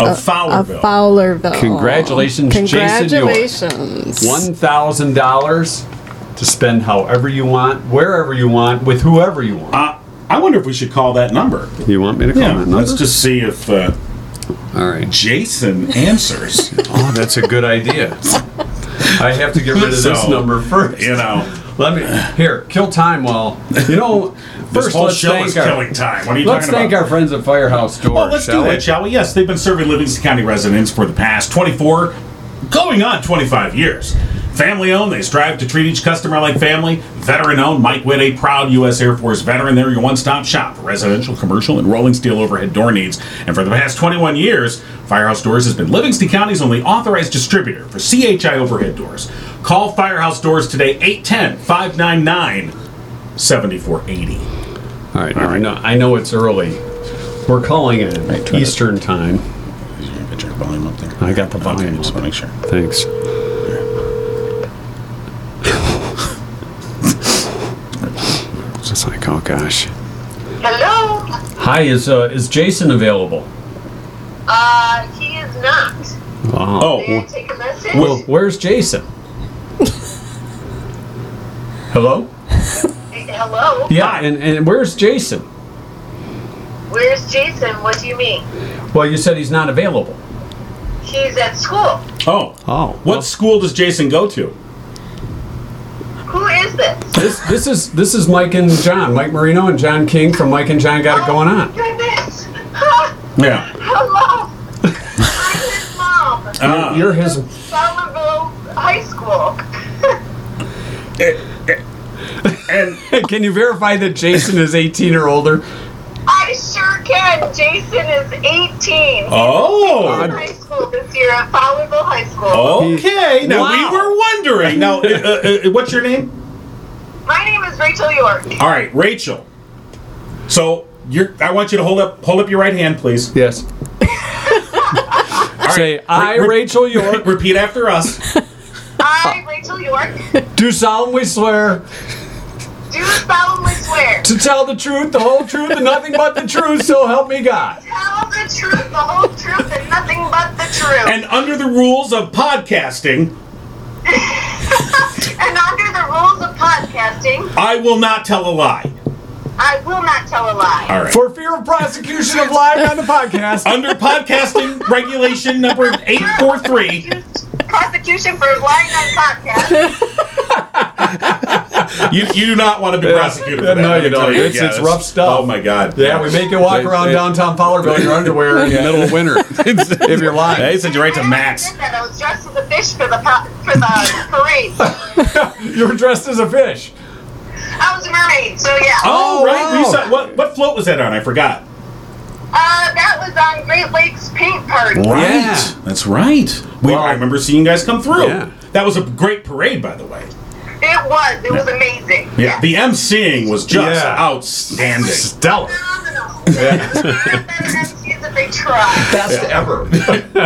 [SPEAKER 2] Of
[SPEAKER 5] Of
[SPEAKER 2] Fowlerville.
[SPEAKER 5] Fowlerville.
[SPEAKER 1] Congratulations, Jason York.
[SPEAKER 5] Congratulations.
[SPEAKER 1] one thousand dollars to spend however you want, wherever you want, with whoever you want.
[SPEAKER 2] uh, I wonder if we should call that number.
[SPEAKER 1] You want me to
[SPEAKER 2] Yeah, let's just see if uh,
[SPEAKER 1] All right.
[SPEAKER 2] Jason answers.
[SPEAKER 1] Oh, that's a good idea. I have to get rid of this
[SPEAKER 2] So,
[SPEAKER 1] number first.
[SPEAKER 2] you know,
[SPEAKER 1] Let me here kill time while you know.
[SPEAKER 2] this
[SPEAKER 1] First,
[SPEAKER 2] whole
[SPEAKER 1] let's
[SPEAKER 2] show is
[SPEAKER 1] thank our
[SPEAKER 2] killing time. What are you
[SPEAKER 1] let's
[SPEAKER 2] talking
[SPEAKER 1] thank
[SPEAKER 2] about?
[SPEAKER 1] our friends at Firehouse Doors.
[SPEAKER 2] Well, let's
[SPEAKER 1] shall
[SPEAKER 2] do
[SPEAKER 1] we?
[SPEAKER 2] that, shall we? Yes, they've been serving Livingston County residents for the past 24, going on 25 years. Family owned, they strive to treat each customer like family. Veteran owned, Mike Witt, a proud U.S. Air Force veteran, they're your one stop shop for residential, commercial, and rolling steel overhead door needs. And for the past 21 years, Firehouse Doors has been Livingston County's only authorized distributor for CHI overhead doors. Call Firehouse Doors today, 810 599 7480.
[SPEAKER 1] All right, I know I know it's early. We're calling it
[SPEAKER 2] try to-
[SPEAKER 1] Eastern time.
[SPEAKER 2] Get your volume up there.
[SPEAKER 1] I got the volume
[SPEAKER 2] just
[SPEAKER 1] up.
[SPEAKER 2] want to make sure.
[SPEAKER 1] Thanks. It's like, oh gosh.
[SPEAKER 6] Hello?
[SPEAKER 1] Hi, is uh, is Jason available?
[SPEAKER 6] Uh, he is not.
[SPEAKER 1] Oh,
[SPEAKER 2] Oh,
[SPEAKER 6] May I take a message?
[SPEAKER 1] well, where's Jason? Hello?
[SPEAKER 6] Hello?
[SPEAKER 1] Yeah, and, and where's Jason?
[SPEAKER 6] Where's Jason? What do you mean?
[SPEAKER 1] Well, you said he's not available.
[SPEAKER 6] He's at school.
[SPEAKER 2] Oh.
[SPEAKER 1] Oh,
[SPEAKER 2] What school does Jason go to?
[SPEAKER 6] Who is this?
[SPEAKER 1] This this is this is Mike and John, Mike Marino and John King from Mike and John Got It Going
[SPEAKER 6] Oh,
[SPEAKER 1] On.
[SPEAKER 6] Goodness. Ah,
[SPEAKER 2] Yeah.
[SPEAKER 6] Hello. I'm his mom.
[SPEAKER 1] You're his.
[SPEAKER 6] Somerville High School.
[SPEAKER 2] and
[SPEAKER 1] Can you verify that Jason is 18 or older?
[SPEAKER 6] I sure can. Jason is 18.
[SPEAKER 2] oh,
[SPEAKER 6] High school this year at Fowlerville High School.
[SPEAKER 1] Oh.
[SPEAKER 2] okay. Now
[SPEAKER 1] Uh, Wow.
[SPEAKER 2] we were wondering. Now, uh, uh, uh, what's your name?
[SPEAKER 6] My name is Rachel York.
[SPEAKER 2] All right, Rachel. So you're. I want you to hold up. Hold up your right hand, please.
[SPEAKER 1] Yes. Say I,
[SPEAKER 2] Re- re-
[SPEAKER 1] Rachel York,
[SPEAKER 2] Repeat after us.
[SPEAKER 1] Ah.
[SPEAKER 6] I, Rachel York,
[SPEAKER 1] do solemnly swear
[SPEAKER 6] do solemnly swear.
[SPEAKER 1] to tell the truth, the whole truth, and nothing but the truth. So help me God.
[SPEAKER 6] Tell the truth, the whole truth, and nothing but the truth.
[SPEAKER 2] And under the rules of podcasting,
[SPEAKER 6] And under the rules of podcasting,
[SPEAKER 2] I will not tell a lie.
[SPEAKER 6] I will not tell a lie.
[SPEAKER 2] All right.
[SPEAKER 1] For fear of prosecution of lying on the podcast,
[SPEAKER 2] under podcasting regulation number eight four three.
[SPEAKER 6] Prosecution for lying on podcast.
[SPEAKER 2] You, you do not want to be prosecuted for
[SPEAKER 1] Yeah,
[SPEAKER 2] that.
[SPEAKER 1] no,
[SPEAKER 2] let
[SPEAKER 1] you
[SPEAKER 2] me tell
[SPEAKER 1] don't. It's-
[SPEAKER 2] Yeah,
[SPEAKER 1] it's
[SPEAKER 2] that's-
[SPEAKER 1] rough stuff.
[SPEAKER 2] Oh my god.
[SPEAKER 1] yeah, we make you walk around downtown Fowlerville in your underwear in the middle of winter if you're
[SPEAKER 2] Yeah, he
[SPEAKER 1] lying.
[SPEAKER 2] sent you right to
[SPEAKER 6] I
[SPEAKER 2] Max.
[SPEAKER 6] did that. I was dressed as a fish for the po- for the parade.
[SPEAKER 1] You're dressed as a fish.
[SPEAKER 6] I was a mermaid, so yeah.
[SPEAKER 2] Oh,
[SPEAKER 1] Oh,
[SPEAKER 2] right.
[SPEAKER 1] wow.
[SPEAKER 2] We saw, what what float was that on? I forgot.
[SPEAKER 6] Uh, that was on Great Lakes Paint Party.
[SPEAKER 1] Yeah.
[SPEAKER 2] That's right. We,
[SPEAKER 1] Wow.
[SPEAKER 2] I remember seeing you guys come through.
[SPEAKER 1] Yeah.
[SPEAKER 2] That was a great parade, by the way.
[SPEAKER 6] It was. It was amazing.
[SPEAKER 2] Yeah, the emceeing was just
[SPEAKER 1] Yeah.
[SPEAKER 2] outstanding. Stellar.
[SPEAKER 6] Phenomenal. Better MCs if they try.
[SPEAKER 1] Best ever.
[SPEAKER 2] I'm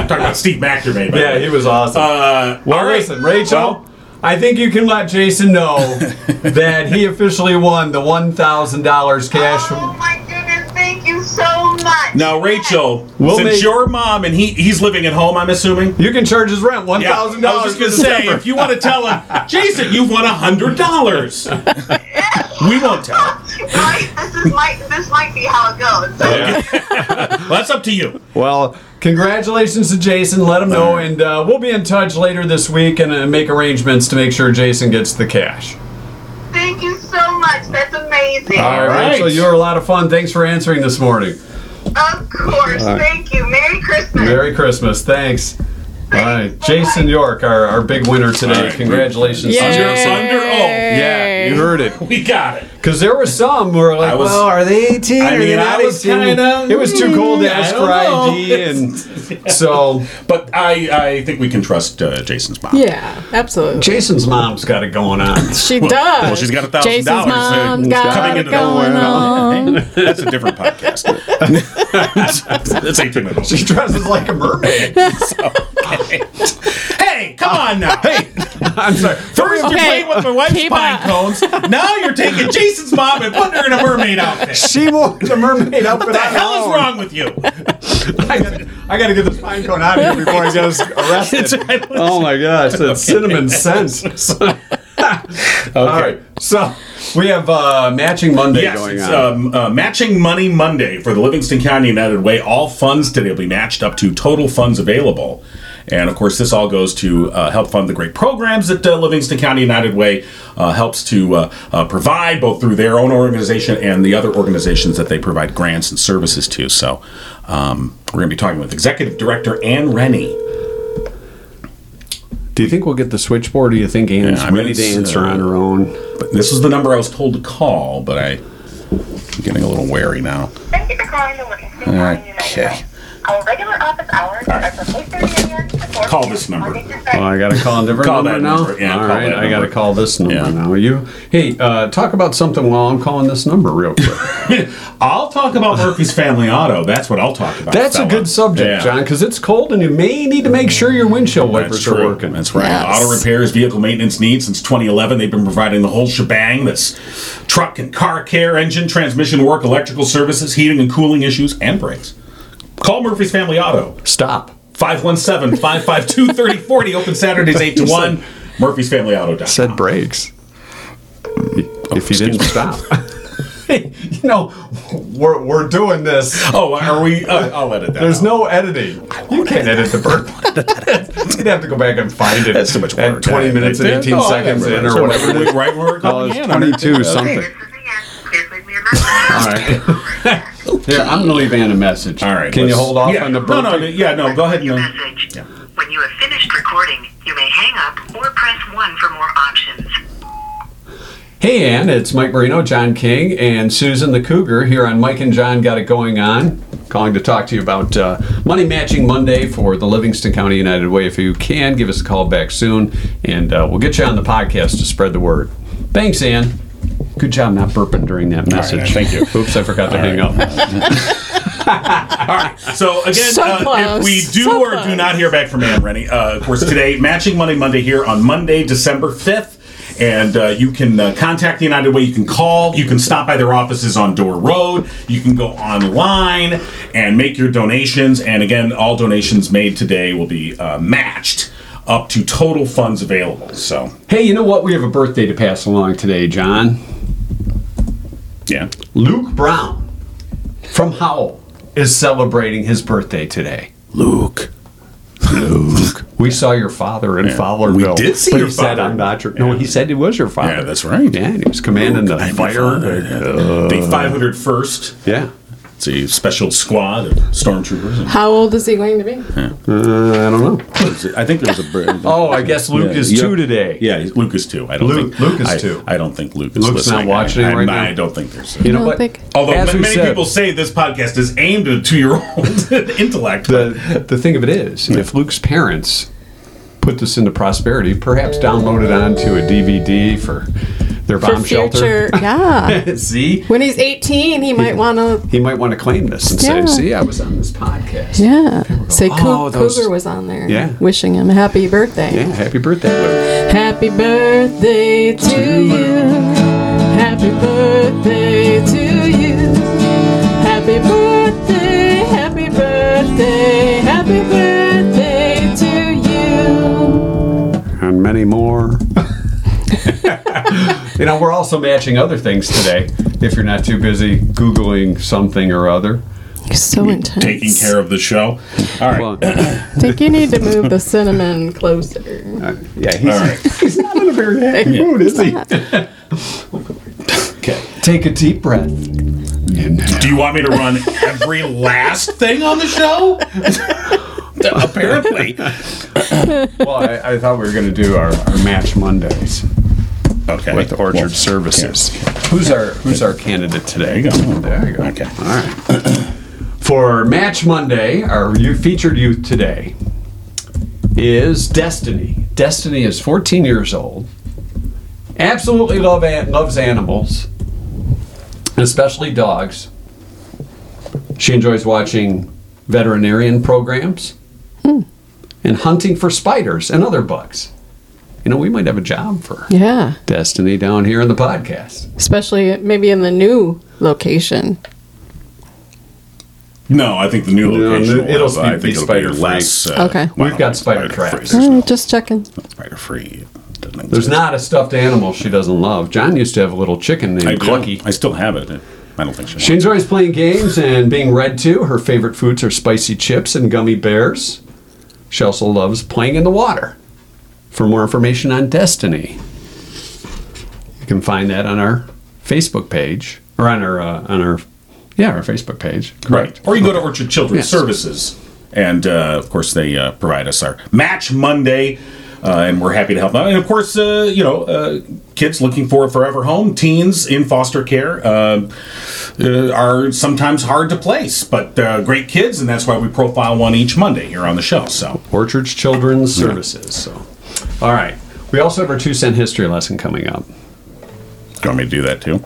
[SPEAKER 2] talking about Steve McNamee. by the
[SPEAKER 1] yeah,
[SPEAKER 2] way.
[SPEAKER 1] he was awesome.
[SPEAKER 2] Uh,
[SPEAKER 1] Well,
[SPEAKER 2] all right.
[SPEAKER 1] listen, Rachel, I think you can let Jason know that he officially won the $1,000 cash.
[SPEAKER 2] Ah.
[SPEAKER 6] Oh my goodness! Thank you so much.
[SPEAKER 2] Now, Rachel,
[SPEAKER 1] We'll
[SPEAKER 2] since
[SPEAKER 1] make-
[SPEAKER 2] your mom and he he's living at home, I'm assuming.
[SPEAKER 1] you can charge his rent $1,000.
[SPEAKER 2] I was just gonna
[SPEAKER 1] for
[SPEAKER 2] say,
[SPEAKER 1] December.
[SPEAKER 2] if you want to tell him, Jason, you've won hundred dollars. we won't tell. Him.
[SPEAKER 6] right? This is my. This might be how it goes. So
[SPEAKER 2] Well, that's up to you.
[SPEAKER 1] Well, congratulations to Jason. Let him know, and uh, we'll be in touch later this week and uh, make arrangements to make sure Jason gets the cash.
[SPEAKER 6] Thank you so much. That's amazing.
[SPEAKER 1] All right,
[SPEAKER 2] right.
[SPEAKER 1] Rachel, you were a lot of fun. Thanks for answering this morning.
[SPEAKER 6] Of course. Thank you. Merry Christmas.
[SPEAKER 1] Merry Christmas. Thanks. All right, Jason York, our, our big winner
[SPEAKER 2] All
[SPEAKER 1] today.
[SPEAKER 2] right.
[SPEAKER 1] Congratulations.
[SPEAKER 5] Yay.
[SPEAKER 1] to you.
[SPEAKER 2] Under- under oh, oath.
[SPEAKER 1] Yeah, you heard it.
[SPEAKER 2] We got it.
[SPEAKER 1] Because there were some who were like,
[SPEAKER 2] I was-
[SPEAKER 1] well, are they 18?
[SPEAKER 2] I
[SPEAKER 1] Are
[SPEAKER 2] mean,
[SPEAKER 1] they
[SPEAKER 2] I
[SPEAKER 1] not
[SPEAKER 2] was
[SPEAKER 1] 18?
[SPEAKER 2] kinda-
[SPEAKER 1] It was too cold to
[SPEAKER 2] I
[SPEAKER 1] ask
[SPEAKER 2] don't
[SPEAKER 1] for
[SPEAKER 2] know.
[SPEAKER 1] ID, and so
[SPEAKER 2] But I I think we can trust uh, Jason's mom.
[SPEAKER 5] Yeah, absolutely.
[SPEAKER 1] Jason's mom's got it going on.
[SPEAKER 5] she does.
[SPEAKER 2] well, she's got $1,000
[SPEAKER 5] Jason's
[SPEAKER 2] there.
[SPEAKER 5] mom's got
[SPEAKER 2] Coming
[SPEAKER 5] it
[SPEAKER 2] into the
[SPEAKER 5] going on.
[SPEAKER 2] That's a different podcast. That's 18 minutes.
[SPEAKER 1] She dresses like a mermaid.
[SPEAKER 2] Hey, come on now. Hey,
[SPEAKER 1] I'm sorry.
[SPEAKER 2] first you're
[SPEAKER 5] Okay,
[SPEAKER 2] playing with my wife's
[SPEAKER 5] keep
[SPEAKER 2] pine
[SPEAKER 5] up.
[SPEAKER 2] cones. Now you're taking Jason's mom and putting her in a mermaid outfit.
[SPEAKER 1] She wore the mermaid outfit.
[SPEAKER 2] What the hell is wrong with you?
[SPEAKER 1] I gotta, I gotta get this pine cone out of here before I get us arrested. Oh my gosh, that cinnamon scent. All right, so we have uh, matching Monday
[SPEAKER 2] Yes,
[SPEAKER 1] going
[SPEAKER 2] it's
[SPEAKER 1] on.
[SPEAKER 2] um, uh, Matching Money Monday for the Livingston County United Way. All funds today will be matched up to total funds available. And of course, this all goes to uh, help fund the great programs that uh, Livingston County United Way uh, helps to uh, uh, provide, both through their own organization and the other organizations that they provide grants and services to. So, um, we're going to be talking with Executive Director Ann Rennie.
[SPEAKER 1] do you think we'll get the switchboard? Or do you think Anne's
[SPEAKER 2] Yeah, I mean,
[SPEAKER 1] ready to
[SPEAKER 2] it's,
[SPEAKER 1] answer
[SPEAKER 2] uh,
[SPEAKER 1] on her own?
[SPEAKER 2] But this was the number I was told to call, but I, I'm getting a little wary now.
[SPEAKER 7] Thank you for calling the Livingston County United
[SPEAKER 2] Okay.
[SPEAKER 7] Way. Our regular office hours are from 8:30 a.m. to 4
[SPEAKER 2] Call
[SPEAKER 7] p.m.
[SPEAKER 2] this number.
[SPEAKER 7] Monday through
[SPEAKER 1] Oh,
[SPEAKER 7] Friday.
[SPEAKER 1] I gotta call a different
[SPEAKER 2] Call
[SPEAKER 1] number
[SPEAKER 2] that
[SPEAKER 1] now.
[SPEAKER 2] number. Yeah,
[SPEAKER 1] All
[SPEAKER 2] call
[SPEAKER 1] right,
[SPEAKER 2] that
[SPEAKER 1] I gotta
[SPEAKER 2] number.
[SPEAKER 1] call this number
[SPEAKER 2] Yeah.
[SPEAKER 1] now. You, hey, uh, talk about something while I'm calling this number real quick.
[SPEAKER 2] I'll talk about Murphy's Family Auto. That's what I'll talk about.
[SPEAKER 1] That's a
[SPEAKER 2] fella.
[SPEAKER 1] good subject,
[SPEAKER 2] Yeah.
[SPEAKER 1] John, because it's cold and you may need to make sure your windshield
[SPEAKER 2] That's
[SPEAKER 1] wipers are
[SPEAKER 2] true.
[SPEAKER 1] working.
[SPEAKER 2] That's right.
[SPEAKER 5] Yes.
[SPEAKER 2] Auto repairs, vehicle maintenance needs since 2011. They've been providing the whole shebang. That's truck and car care, engine, transmission work, electrical services, heating and cooling issues, and brakes. Call Murphy's Family Auto.
[SPEAKER 1] Stop.
[SPEAKER 2] 517 552 3040. Open Saturdays 8 to 1. Murphy's Family Auto.
[SPEAKER 1] Said brakes.
[SPEAKER 2] oh,
[SPEAKER 1] if you didn't stop. you know, we're, we're doing this.
[SPEAKER 2] Oh, are we? Uh, I'll edit that.
[SPEAKER 1] There's
[SPEAKER 2] out.
[SPEAKER 1] no editing. You can't edit the burp. You'd have to go back and find it.
[SPEAKER 2] That's too much
[SPEAKER 1] at
[SPEAKER 2] work.
[SPEAKER 1] 20 minutes and
[SPEAKER 2] Oh, Yeah,
[SPEAKER 1] 18
[SPEAKER 2] no, I
[SPEAKER 1] seconds in
[SPEAKER 2] remember.
[SPEAKER 1] or whatever it is.
[SPEAKER 2] Right where we're
[SPEAKER 1] Oh,
[SPEAKER 2] going.
[SPEAKER 1] it's 22
[SPEAKER 2] Oh,
[SPEAKER 1] something.
[SPEAKER 7] This is the end. Please leave me a message.
[SPEAKER 1] All right. Here, I'm gonna leave Ann a message.
[SPEAKER 2] All right.
[SPEAKER 1] Can you
[SPEAKER 2] let's-
[SPEAKER 1] hold off
[SPEAKER 2] yeah.
[SPEAKER 1] on the
[SPEAKER 2] No,
[SPEAKER 1] burp?
[SPEAKER 2] no, no, yeah, no. Go ahead and. uh,
[SPEAKER 7] Message. When you have finished recording, you may hang up or press 1 for more options.
[SPEAKER 1] Hey, Ann, it's Mike Marino, John King, and Susan the Cougar here on Mike and John Got It Going On. Calling to talk to you about uh, Money Matching Monday for the Livingston County United Way. If you can, give us a call back soon, and uh, we'll get you on the podcast to spread the word. Thanks, Ann. Good job not burping during that message.
[SPEAKER 2] thank you.
[SPEAKER 1] Oops, I forgot to hang up.
[SPEAKER 2] So again,
[SPEAKER 5] So
[SPEAKER 2] uh, if
[SPEAKER 5] close.
[SPEAKER 2] we do
[SPEAKER 5] So
[SPEAKER 2] or do
[SPEAKER 5] close.
[SPEAKER 2] not hear back from Ann Rennie, uh, of course today, matching Money Monday here on Monday, December fifth. And uh, you can uh, contact the United Way. You can call. You can stop by their offices on Door Road. You can go online and make your donations. And again, all donations made today will be uh, matched up to total funds available. So,
[SPEAKER 1] Hey, you know what? We have a birthday to pass along today, John.
[SPEAKER 2] yeah.
[SPEAKER 1] Luke Brown from Howell is celebrating his birthday today.
[SPEAKER 2] Luke. Luke.
[SPEAKER 1] We saw your father in Fowlerville.
[SPEAKER 2] We did see
[SPEAKER 1] but
[SPEAKER 2] your
[SPEAKER 1] he Said,
[SPEAKER 2] father.
[SPEAKER 1] I'm not your. No,
[SPEAKER 2] Yeah.
[SPEAKER 1] he said it was your father.
[SPEAKER 2] Yeah, that's right.
[SPEAKER 1] Yeah, and he was commanding the
[SPEAKER 2] I'm your
[SPEAKER 1] fire. uh,
[SPEAKER 2] father. The 501st.
[SPEAKER 1] Yeah,
[SPEAKER 2] It's a Uh, special squad of stormtroopers. and-
[SPEAKER 5] How old is he going to be?
[SPEAKER 1] Uh, I don't know.
[SPEAKER 2] I think there was a.
[SPEAKER 1] Oh, I guess Luke is two today.
[SPEAKER 2] Yeah, he's- Luke is two. I don't
[SPEAKER 1] Luke-
[SPEAKER 2] think
[SPEAKER 1] Luke is
[SPEAKER 2] I-
[SPEAKER 1] two.
[SPEAKER 2] I don't think Luke is.
[SPEAKER 1] Luke's not
[SPEAKER 2] listening.
[SPEAKER 1] watching
[SPEAKER 2] I,
[SPEAKER 1] it right
[SPEAKER 2] I'm-
[SPEAKER 1] now?
[SPEAKER 2] I don't think there's.
[SPEAKER 1] You know,
[SPEAKER 5] I don't
[SPEAKER 1] but
[SPEAKER 5] think-
[SPEAKER 2] Although
[SPEAKER 1] as
[SPEAKER 2] ma-
[SPEAKER 1] we
[SPEAKER 2] many
[SPEAKER 1] said,
[SPEAKER 2] people say this podcast is aimed at a two-year-old intellect.
[SPEAKER 1] the the thing of it is, if Luke's parents put this into prosperity, perhaps download it onto a DVD for their bomb
[SPEAKER 5] For
[SPEAKER 1] shelter.
[SPEAKER 5] future, yeah.
[SPEAKER 1] See,
[SPEAKER 5] When he's 18, he might want to.
[SPEAKER 1] he might want to claim this and
[SPEAKER 5] Yeah.
[SPEAKER 1] say, "See, I was on this podcast."
[SPEAKER 5] Yeah. Say Coo-
[SPEAKER 1] Oh, those-
[SPEAKER 5] Cougar was on there.
[SPEAKER 1] Yeah.
[SPEAKER 5] Wishing him happy birthday.
[SPEAKER 1] Yeah, happy birthday, Luke.
[SPEAKER 5] Happy birthday to you. Happy birthday to you. Happy birthday, happy birthday, happy birthday to you.
[SPEAKER 1] and many more. you know, we're also matching other things today. If you're not too busy Googling something or other,
[SPEAKER 5] You're so intense.
[SPEAKER 2] Taking care of the show. All right.
[SPEAKER 1] well,
[SPEAKER 5] I think you need to move the cinnamon closer.
[SPEAKER 1] yeah,
[SPEAKER 2] All
[SPEAKER 1] he's,
[SPEAKER 2] right.
[SPEAKER 1] he's not in a very happy
[SPEAKER 5] Yeah.
[SPEAKER 1] mood, is he?
[SPEAKER 2] Okay.
[SPEAKER 1] Take a deep breath.
[SPEAKER 2] Do you want me to run every last thing on the show? Apparently.
[SPEAKER 1] Well, I, I thought we were going to do our, our match Mondays
[SPEAKER 2] Okay.
[SPEAKER 1] with Orchard
[SPEAKER 2] Well,
[SPEAKER 1] Services. Who's our Who's our candidate today?
[SPEAKER 2] There you go.
[SPEAKER 1] There you go.
[SPEAKER 2] Okay.
[SPEAKER 1] All right. For Match Monday, our you featured youth today is Destiny. Destiny is 14 years old. Absolutely love an- loves animals, especially dogs. She enjoys watching veterinarian programs and hunting for spiders and other bugs. You know, we might have a job for
[SPEAKER 5] Yeah.
[SPEAKER 1] Destiny down here in the podcast.
[SPEAKER 5] Especially maybe in the new location.
[SPEAKER 2] No, I think the new
[SPEAKER 1] No,
[SPEAKER 2] location.
[SPEAKER 1] it'll
[SPEAKER 2] will have- I
[SPEAKER 1] be
[SPEAKER 2] think it'll
[SPEAKER 1] spider-free.
[SPEAKER 2] be less. Uh,
[SPEAKER 5] Okay.
[SPEAKER 1] We've got spider
[SPEAKER 2] free.
[SPEAKER 1] traps.
[SPEAKER 2] There's no
[SPEAKER 5] Mm, Just checking.
[SPEAKER 2] spider free.
[SPEAKER 1] There's not a stuffed animal she doesn't love. John used to have a little chicken
[SPEAKER 2] I
[SPEAKER 1] named
[SPEAKER 2] do.
[SPEAKER 1] Clucky.
[SPEAKER 2] I still have it. I don't think so.
[SPEAKER 1] She enjoys playing games and being read to. Her favorite foods are spicy chips and gummy bears. She also loves playing in the water. For more information on Destiny, you can find that on our Facebook page or on our uh, on our yeah our Facebook page.
[SPEAKER 2] Right. Or you go to Orchard
[SPEAKER 1] Yes.
[SPEAKER 2] Children's Services. And uh, of course, they uh, provide us our match Monday. Uh, and we're happy to help out. And of course, uh, you know, uh, kids looking for a forever home, teens in foster care uh, uh, are sometimes hard to place, but uh, great kids, and that's why we profile one each Monday here on the show. So,
[SPEAKER 1] Orchard's Children's Services. So, all right. We also have our two cent history lesson coming up.
[SPEAKER 2] do you want me to do that too?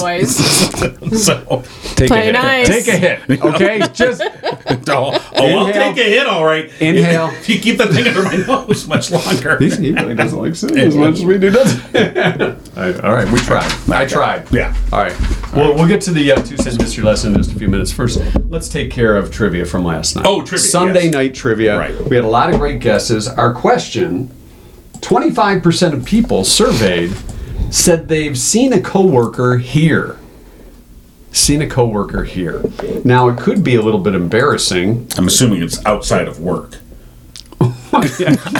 [SPEAKER 5] Boys.
[SPEAKER 2] So,
[SPEAKER 1] Take
[SPEAKER 5] Play nice.
[SPEAKER 1] Take a hit. Okay, just
[SPEAKER 2] oh, I'll
[SPEAKER 1] Inhale.
[SPEAKER 2] take a hit, all right.
[SPEAKER 1] Inhale.
[SPEAKER 2] If you keep that thing under my nose much longer.
[SPEAKER 1] he really doesn't like cinnamon as much as we do. Does all right, we tried. I tried.
[SPEAKER 2] Yeah.
[SPEAKER 1] All right. Well, we'll get to the uh, two cent history lesson in just a few minutes. First, let's take care of trivia from last night.
[SPEAKER 2] Oh, trivia,
[SPEAKER 1] Sunday
[SPEAKER 2] yes.
[SPEAKER 1] night trivia.
[SPEAKER 2] Right.
[SPEAKER 1] We had a lot of great guesses. Our question: twenty-five percent of people surveyed said they've seen a coworker here. Seen a coworker here. Now it could be a little bit embarrassing.
[SPEAKER 2] I'm assuming it's outside of work. I'm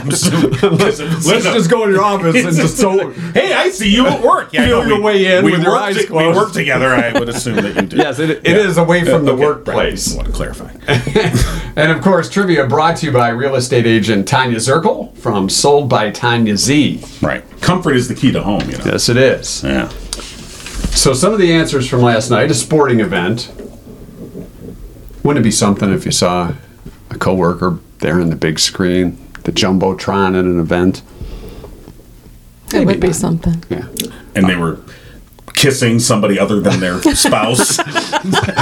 [SPEAKER 2] assuming. Let's
[SPEAKER 1] Let's just go in your office and just so
[SPEAKER 2] Hey, I see you at work. Yeah, I
[SPEAKER 1] Feel
[SPEAKER 2] know
[SPEAKER 1] your way in
[SPEAKER 2] we
[SPEAKER 1] with your
[SPEAKER 2] work
[SPEAKER 1] eyes
[SPEAKER 2] to-
[SPEAKER 1] closed.
[SPEAKER 2] We work together. I would assume that you do.
[SPEAKER 1] Yes, it, it is away from the
[SPEAKER 2] Okay, Right.
[SPEAKER 1] workplace.
[SPEAKER 2] Just want to clarify.
[SPEAKER 1] And of course, trivia brought to you by real estate agent Tanya Zirkle from Sold by Tanya Z.
[SPEAKER 2] right. Comfort is the key to home. You know.
[SPEAKER 1] Yes, it is.
[SPEAKER 2] Yeah.
[SPEAKER 1] So, some of the answers from last night a sporting event. Wouldn't it be something if you saw a coworker there on the big screen, the Jumbotron at an event?
[SPEAKER 5] It would be
[SPEAKER 1] not.
[SPEAKER 5] something.
[SPEAKER 1] Yeah.
[SPEAKER 2] And they were kissing somebody other than their spouse.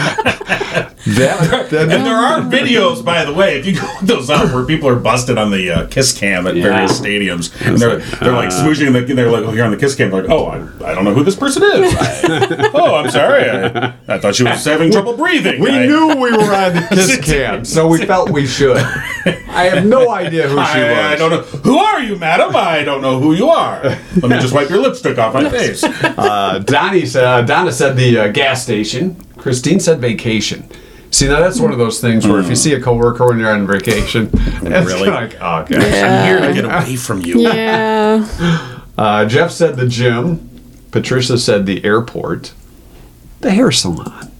[SPEAKER 1] That,
[SPEAKER 2] And there are videos, by the way, if you go those up where people are busted on the uh, kiss cam at various stadiums, and they're they're like
[SPEAKER 1] uh,
[SPEAKER 2] smooching, and they're like, oh, you're on the kiss cam, like, oh, I, I don't know who this person is. I- oh, I'm sorry, I, I thought she was having trouble breathing.
[SPEAKER 1] we
[SPEAKER 2] I-
[SPEAKER 1] knew we were on the kiss cam, so we felt we should. I have no idea who she was.
[SPEAKER 2] I, I don't know. Who are you, madam? I don't know who you are. Let me just wipe your lipstick off my face.
[SPEAKER 1] Uh, Donnie said, uh, Donna said the uh, gas station. Christine said vacation. See, now that's one of those things where if you see a coworker when you're on vacation, it's
[SPEAKER 2] Hmm. Really?
[SPEAKER 1] like, oh, okay.
[SPEAKER 2] I'm here to get away from you.
[SPEAKER 5] Yeah.
[SPEAKER 1] Uh, Jeff said the gym. Patricia said the airport. The hair salon.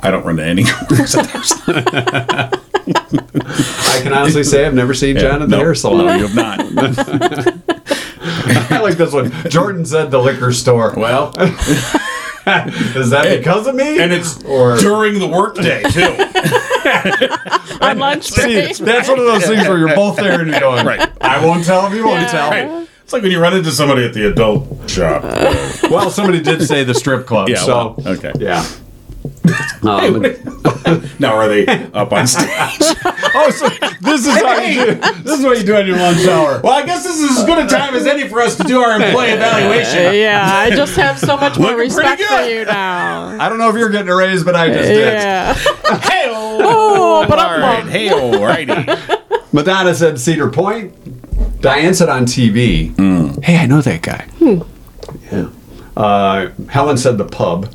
[SPEAKER 2] I don't run to any.
[SPEAKER 1] I can honestly say I've never seen John at the
[SPEAKER 2] No,
[SPEAKER 1] hair
[SPEAKER 2] no,
[SPEAKER 1] salon.
[SPEAKER 2] you have not.
[SPEAKER 1] I like this one. Jordan said the liquor store.
[SPEAKER 2] Well,
[SPEAKER 1] Is that because of me?
[SPEAKER 2] and it's
[SPEAKER 1] or
[SPEAKER 2] during the workday too.
[SPEAKER 5] on lunch
[SPEAKER 1] See,
[SPEAKER 5] break.
[SPEAKER 1] that's one of those things where you're both there and you're going,
[SPEAKER 2] Right.
[SPEAKER 1] I won't tell if you won't
[SPEAKER 5] Yeah.
[SPEAKER 1] tell.
[SPEAKER 2] Right. It's like when you run into somebody at the adult shop.
[SPEAKER 1] Well, somebody did say the strip club,
[SPEAKER 2] Uh, Yeah,
[SPEAKER 1] so.
[SPEAKER 2] well, okay.
[SPEAKER 1] Yeah.
[SPEAKER 2] now are they up on stage?
[SPEAKER 1] Oh, so this is how you do. This is what you do on your lunch hour.
[SPEAKER 2] well, I guess this is as good a time as any for us to do our employee evaluation.
[SPEAKER 5] yeah, I just have so much more
[SPEAKER 2] Looking pretty
[SPEAKER 5] respect for
[SPEAKER 2] good.
[SPEAKER 5] you now.
[SPEAKER 1] I don't know if you're getting a raise, but I just did.
[SPEAKER 5] Yeah.
[SPEAKER 2] Hey,
[SPEAKER 5] Oh, but
[SPEAKER 2] all
[SPEAKER 5] I'm
[SPEAKER 2] right,
[SPEAKER 5] bummed.
[SPEAKER 2] hey, alrighty.
[SPEAKER 1] Madonna said Cedar Point. Diane said on TV, "Hey, I know that guy." Yeah. Uh, Helen said the pub.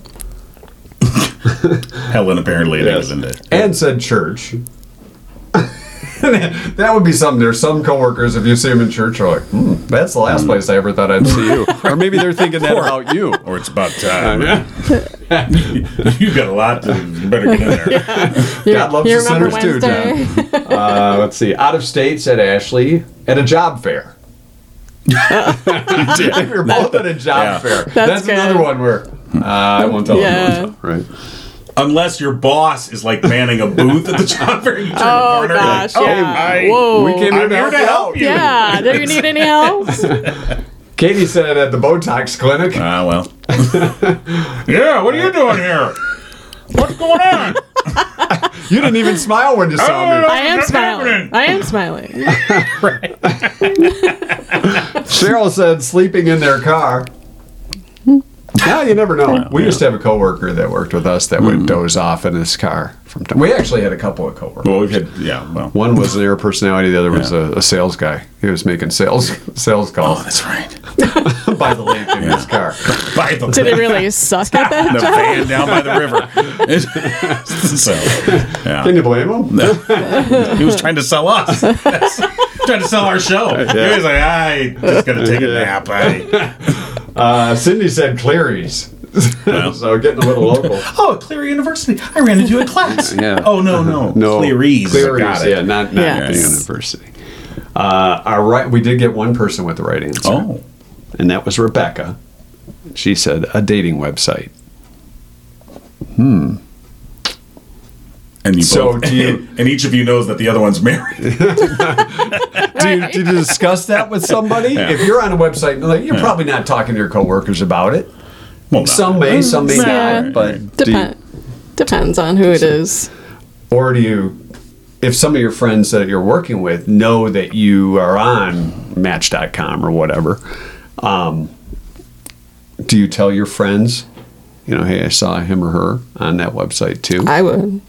[SPEAKER 2] Helen apparently it isn't it.
[SPEAKER 1] and said church. that would be something. There's some coworkers if you see them in church, are like, hmm, "That's the last place I ever thought I'd see you," or maybe they're thinking that about you.
[SPEAKER 2] Or it's about time. you got a lot. To, you better get in there.
[SPEAKER 1] God loves
[SPEAKER 5] You
[SPEAKER 1] the
[SPEAKER 5] remember
[SPEAKER 1] sinners too,
[SPEAKER 5] Wednesday?
[SPEAKER 1] John. Uh, let's see. Out of state said Ashley at a job fair. if you're both at a job
[SPEAKER 2] Yeah.
[SPEAKER 1] fair, that's,
[SPEAKER 5] good.
[SPEAKER 1] another one where uh, I won't tell
[SPEAKER 5] Yeah.
[SPEAKER 1] anyone. Right.
[SPEAKER 2] Unless your boss is like manning a booth at the job fair. You turn
[SPEAKER 5] Oh,
[SPEAKER 2] the corner,
[SPEAKER 5] gosh,
[SPEAKER 2] Like,
[SPEAKER 5] yeah.
[SPEAKER 2] I-
[SPEAKER 5] Whoa.
[SPEAKER 1] We came
[SPEAKER 2] Oh. I'm
[SPEAKER 1] in
[SPEAKER 2] here to help you.
[SPEAKER 5] yeah. Do you need any help?
[SPEAKER 1] Katie said at the Botox clinic.
[SPEAKER 2] Ah, well. yeah, what are you doing here? What's going on?
[SPEAKER 1] You didn't even smile when you saw me.
[SPEAKER 5] I am
[SPEAKER 2] What's happening?
[SPEAKER 5] smiling. I am smiling.
[SPEAKER 1] Cheryl said sleeping in their car.
[SPEAKER 2] Hmm.
[SPEAKER 1] Now you never know. We used to have a coworker that worked with us that
[SPEAKER 2] Hmm.
[SPEAKER 1] would doze off in his car from time. We actually had a couple of coworkers.
[SPEAKER 2] Well, we've had, yeah, well.
[SPEAKER 1] One was their personality, the other was a, a sales guy. He was making sales sales
[SPEAKER 2] Oh,
[SPEAKER 1] calls
[SPEAKER 2] that's right. Oh,
[SPEAKER 1] by the lamp in his car.
[SPEAKER 2] By the,
[SPEAKER 5] Did it really suck at that
[SPEAKER 2] the
[SPEAKER 5] job?
[SPEAKER 2] van down by the river. so, yeah.
[SPEAKER 1] Can you blame him?
[SPEAKER 2] He was trying to sell us. That's- trying to sell our show. He was like, I just got to take a nap. I,
[SPEAKER 1] Uh, Cindy said Cleary's. so getting a little local.
[SPEAKER 2] oh, Clear University. I ran into a class.
[SPEAKER 1] Yeah.
[SPEAKER 2] Oh, no, no.
[SPEAKER 1] No,
[SPEAKER 2] Cleary's.
[SPEAKER 1] Cleary's,
[SPEAKER 2] Got it.
[SPEAKER 1] yeah, not, not
[SPEAKER 5] Yes.
[SPEAKER 1] the university. Uh, all right, we did get one person with the right answer.
[SPEAKER 2] Oh.
[SPEAKER 1] and that was Rebecca. She said a dating website.
[SPEAKER 2] And you
[SPEAKER 1] So
[SPEAKER 2] both,
[SPEAKER 1] do you-
[SPEAKER 2] and each of you knows that the other one's married.
[SPEAKER 1] Did you, did you discuss that with somebody? If you're on a website, like, you're probably not talking to your coworkers about it.
[SPEAKER 2] Well, no.
[SPEAKER 1] Some may, some may
[SPEAKER 5] Mm-hmm. Yeah.
[SPEAKER 1] not. But do you,
[SPEAKER 5] Depend- depends on who it is.
[SPEAKER 1] or do you, if some of your friends that you're working with know that you are on Match.com or whatever, um, do you tell your friends? You know, hey, I saw him or her on that website too.
[SPEAKER 5] I would.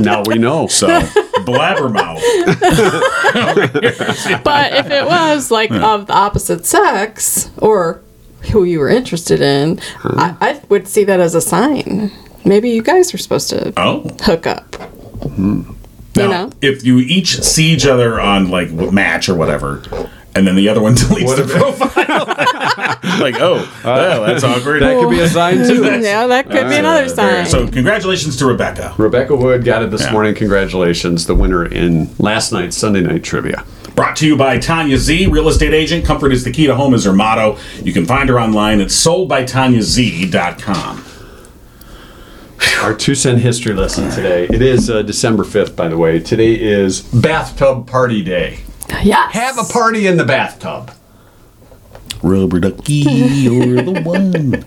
[SPEAKER 1] now we know.
[SPEAKER 2] So, blabbermouth.
[SPEAKER 5] But if it was like of the opposite sex or who you were interested in, I, I would see that as a sign. Maybe you guys are supposed to
[SPEAKER 2] Oh.
[SPEAKER 5] hook up.
[SPEAKER 1] Hmm.
[SPEAKER 5] You know?
[SPEAKER 2] if you each see each other on like w- match or whatever, and then the other one deletes
[SPEAKER 1] What
[SPEAKER 2] the
[SPEAKER 1] if- Uh,
[SPEAKER 2] profile, like oh, well, that's awkward.
[SPEAKER 1] That could be a sign too.
[SPEAKER 5] Yeah, that could be another sign.
[SPEAKER 2] so congratulations to Rebecca.
[SPEAKER 1] Rebecca Wood got it this
[SPEAKER 2] Yeah.
[SPEAKER 1] morning. Congratulations, the winner in last night's Sunday night trivia.
[SPEAKER 2] Brought to you by Tanya Z, real estate agent. Comfort is the key to home is her motto. You can find her online at soldbytanyaz.com.
[SPEAKER 1] Our two cent history lesson today. It is uh, December 5th, by the way. Today is bathtub party day.
[SPEAKER 5] yes.
[SPEAKER 1] Have a party in the bathtub.
[SPEAKER 2] Rubber ducky, you're the one.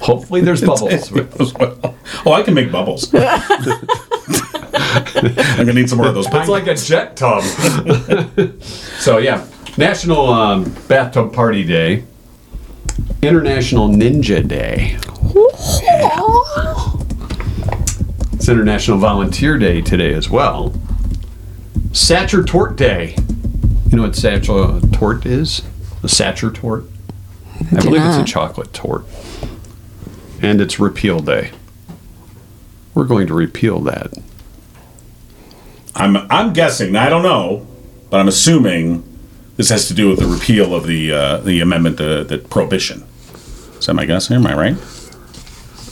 [SPEAKER 1] Hopefully, there's bubbles.
[SPEAKER 2] As well. Oh, I can make bubbles. I'm gonna need some more of those.
[SPEAKER 1] It's like a jet tub. so, yeah. National um, Bathtub Party Day. International Ninja Day. It's International Volunteer Day today as well. Satcher Tort Day. You know what Satcher Tort is? A Satcher Tort? I believe it's a chocolate tort. And it's Repeal Day. We're going to repeal that.
[SPEAKER 2] I'm I'm guessing. I don't know, but I'm assuming this has to do with the repeal of the uh, the amendment to the prohibition. Is that my guess? here? Am I right?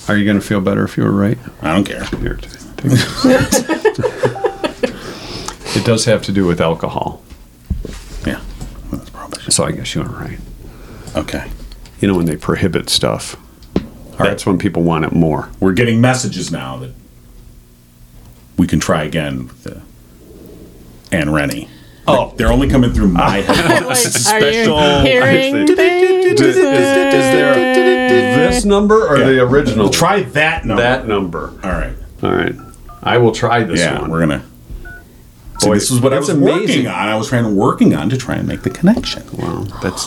[SPEAKER 1] Are you going to feel better if you were right?
[SPEAKER 2] I don't care.
[SPEAKER 1] Here, t- take this. it does have to do with alcohol,
[SPEAKER 2] Yeah, Well, that's prohibition.
[SPEAKER 1] so I guess you are right.
[SPEAKER 2] Okay.
[SPEAKER 1] You know when they prohibit stuff, That's when people want it more.
[SPEAKER 2] We're getting messages now that we can try again with the Anne Rennie.
[SPEAKER 1] Oh.
[SPEAKER 2] They're only coming through my head.
[SPEAKER 5] Like,
[SPEAKER 2] It's a
[SPEAKER 5] are you hearing
[SPEAKER 1] Is, is- is there this number or the
[SPEAKER 2] Yeah.
[SPEAKER 1] original?
[SPEAKER 2] We'll try that number.
[SPEAKER 1] that number.
[SPEAKER 2] All right.
[SPEAKER 1] All right. I will try this
[SPEAKER 2] yeah,
[SPEAKER 1] one.
[SPEAKER 2] we're gonna. See,
[SPEAKER 1] Boy,
[SPEAKER 2] this is what I
[SPEAKER 1] that's
[SPEAKER 2] was
[SPEAKER 1] amazing.
[SPEAKER 2] working on. I was trying working on to try and make the connection.
[SPEAKER 1] Wow, that's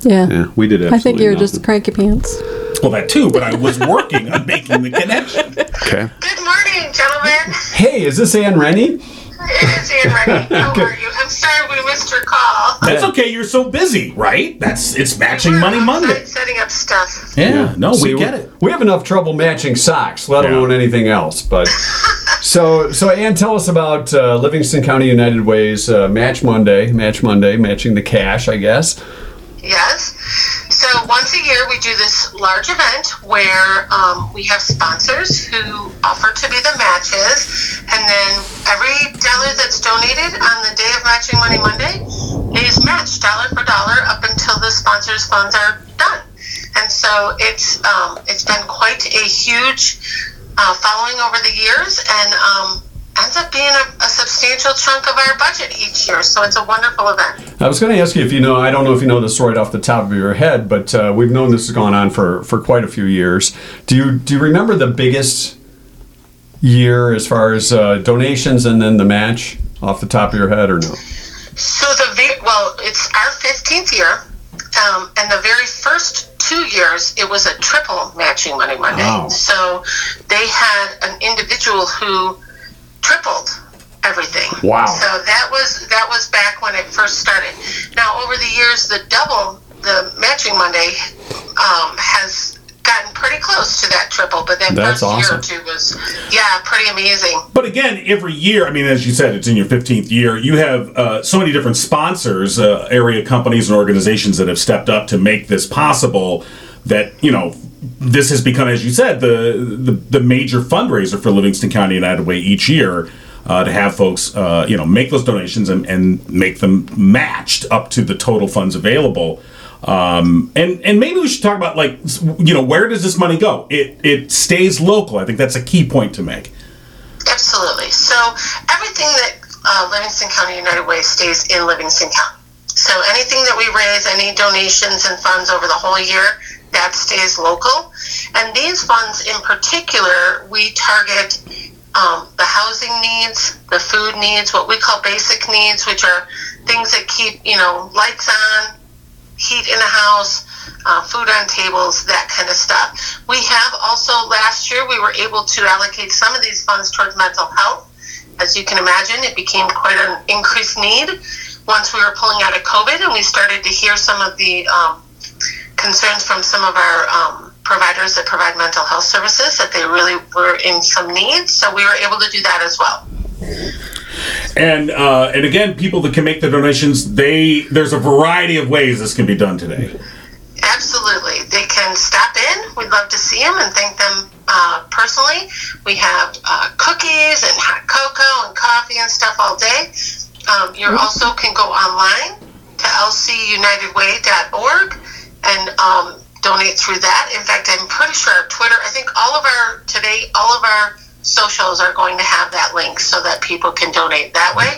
[SPEAKER 5] Yeah.
[SPEAKER 1] yeah, we did.
[SPEAKER 5] I think
[SPEAKER 1] absolutely
[SPEAKER 5] you're just
[SPEAKER 1] nothing.
[SPEAKER 5] cranky pants.
[SPEAKER 2] Well, that too, but I was working on making the connection.
[SPEAKER 1] okay.
[SPEAKER 6] Good morning, gentlemen.
[SPEAKER 1] Hey, is this Anne Rennie?
[SPEAKER 6] It is Anne Marie. How are you? I'm sorry we missed your call.
[SPEAKER 2] That's okay. You're so busy, right? That's it's matching
[SPEAKER 6] We're
[SPEAKER 2] Money
[SPEAKER 6] outside
[SPEAKER 2] Monday.
[SPEAKER 6] Setting up stuff.
[SPEAKER 2] Yeah, no,
[SPEAKER 1] See,
[SPEAKER 2] we get it.
[SPEAKER 1] We have enough trouble matching socks, let
[SPEAKER 2] Yeah.
[SPEAKER 1] alone anything else. But so, so Ann, tell us about uh, Livingston County United Way's uh, Match Monday. Match Monday, matching the cash, I guess.
[SPEAKER 6] Yes. So once a year, we do this large event where um, we have sponsors who offer to be the matches, and then every dollar that's donated on the day of Matching Money Monday is matched dollar for dollar up until the sponsors' funds are done. And so it's um, it's been quite a huge uh, following over the years, and um, ends up being a, a substantial chunk of our budget each year. So it's a wonderful event.
[SPEAKER 1] I was going to ask you if you know. I don't know if you know this right off the top of your head, but uh, we've known this has gone on for for quite a few years. Do you do you remember the biggest year as far as uh, donations and then the match off the top of your head, or no?
[SPEAKER 6] So the ve- well, it's our fifteenth year, um, and the very first two years it was a triple matching Money Monday.
[SPEAKER 1] Wow.
[SPEAKER 6] So they had an individual who tripled everything.
[SPEAKER 1] Wow.
[SPEAKER 6] So that was that was back when it first started. Now over the years, the double the matching Monday um, has gotten pretty close to that triple, but that
[SPEAKER 1] That's
[SPEAKER 6] first
[SPEAKER 1] awesome.
[SPEAKER 6] year or two was yeah pretty amazing.
[SPEAKER 2] But again, every year, I mean, as you said, it's in your 15th year. You have uh, so many different sponsors, uh, area companies, and organizations that have stepped up to make this possible. That you know, this has become, as you said, the the, the major fundraiser for Livingston County United Way each year. Uh, to have folks, uh, you know, make those donations and, and make them matched up to the total funds available. Um, and and maybe we should talk about like, s- you know, where does this money go? It it stays local. I think that's a key point to make.
[SPEAKER 6] Absolutely. So everything that uh, Livingston County United Way stays in Livingston County. So anything that we raise, any donations and funds over the whole year, that stays local. And these funds in particular, we target um, the housing needs, the food needs, what we call basic needs, which are things that keep you know lights on, heat in the house, uh, food on tables, that kind of stuff. We have also last year we were able to allocate some of these funds towards mental health. As you can imagine, it became quite an increased need once we were pulling out of COVID and we started to hear some of the um, concerns from some of our um, providers that provide mental health services that they really were in some need. So we were able to do that as well.
[SPEAKER 2] And uh, and again, people that can make the donations, they there's a variety of ways this can be done today.
[SPEAKER 6] Absolutely. They can stop in. We'd love to see them and thank them uh, personally. We have uh, cookies and hot cocoa and coffee and stuff all day. Um, you also can go online to lcunitedway.org and um, donate through that. In fact, I'm pretty sure our Twitter, I think all of our, today, all of our socials are going to have that link so that people can donate that way.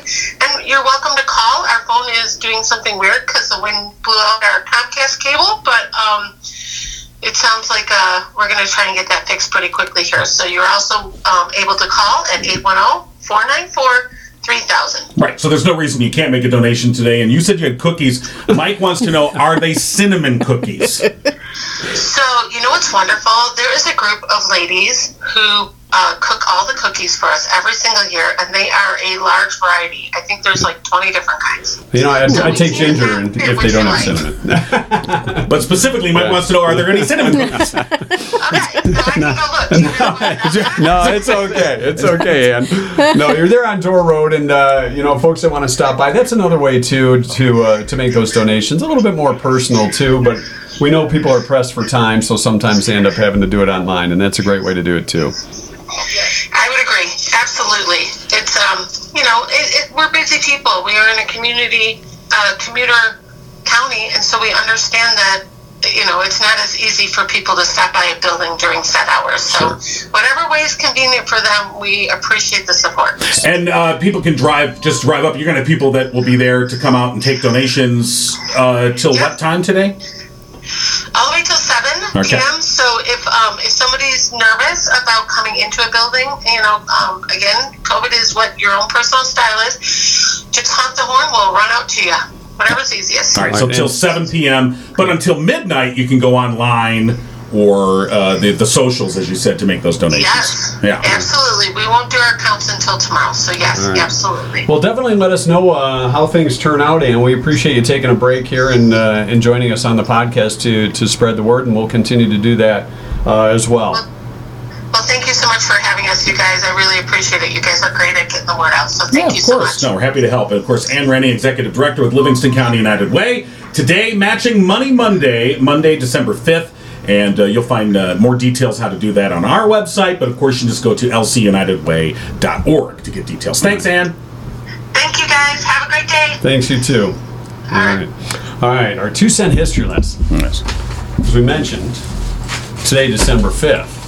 [SPEAKER 6] And you're welcome to call. Our phone is doing something weird because the wind blew out our Comcast cable, but um, it sounds like uh, we're going to try and get that fixed pretty quickly here. So you're also um, able to call at oh, 810 494 3000.
[SPEAKER 2] Right. So there's no reason you can't make a donation today. And you said you had cookies. Mike wants to know, are they cinnamon cookies?
[SPEAKER 6] So, you know what's wonderful? There is a group of ladies who uh, cook all the cookies for us every single year, and they are a large variety. I think there's like 20 different kinds.
[SPEAKER 1] You know, I'd, I'd take ginger and if they don't have cinnamon.
[SPEAKER 2] But specifically, Mike wants to know, are there any cinnamon cookies?
[SPEAKER 6] Okay, so I can go look. Do you know what I'm-
[SPEAKER 1] No, it's okay. It's okay, Ann. No, you're there on Door Road, and uh, you know, folks that want to stop by, that's another way too to uh, to make those donations a little bit more personal too. But we know people are pressed for time, so sometimes they end up having to do it online, and that's a great way to do it too.
[SPEAKER 6] I would agree. Absolutely. It's um, you know, it, it, we're busy people. We are in a community, uh, commuter county, and so we understand that you know, it's not as easy for people to stop by a building during set hours. So, whatever way is convenient for them, we appreciate the support.
[SPEAKER 2] And uh, people can drive, just drive up. You're going to have people that will be there to come out and take donations uh, till what time today?
[SPEAKER 6] all the way till seven
[SPEAKER 2] Okay.
[SPEAKER 6] p.m. So if um, if somebody's nervous about coming into a building, you know, um, again, COVID is what your own personal style is. Just honk the horn. We'll run out to you. Whatever's easiest.
[SPEAKER 2] All right, so till 7 p.m. But until midnight, you can go online or uh, the, the socials, as you said, to make those donations.
[SPEAKER 6] Yes.
[SPEAKER 2] Yeah.
[SPEAKER 6] Absolutely. We won't do our counts until tomorrow. So yes, absolutely.
[SPEAKER 1] Well, definitely let us know uh, how things turn out, and we appreciate you taking a break here and uh, and joining us on the podcast to to spread the word, and we'll continue to do that uh, as well.
[SPEAKER 6] Well, thank you so much for having us, you guys. I really appreciate it. You guys are great at getting the word out. So
[SPEAKER 2] Yeah,
[SPEAKER 6] thank
[SPEAKER 2] of
[SPEAKER 6] you so
[SPEAKER 2] course.
[SPEAKER 6] much.
[SPEAKER 2] No, we're happy to help. And of course, Ann Rennie, Executive Director with Livingston County United Way. Today, matching Money Monday, Monday, December 5th. And uh, you'll find uh, more details how to do that on our website. But of course, you can just go to lcunitedway.org to get details. Thanks, Ann.
[SPEAKER 6] Thank you guys. Have a great day.
[SPEAKER 1] Thanks you too. All right, all right. Our two cent history lesson, as we mentioned, today December fifth,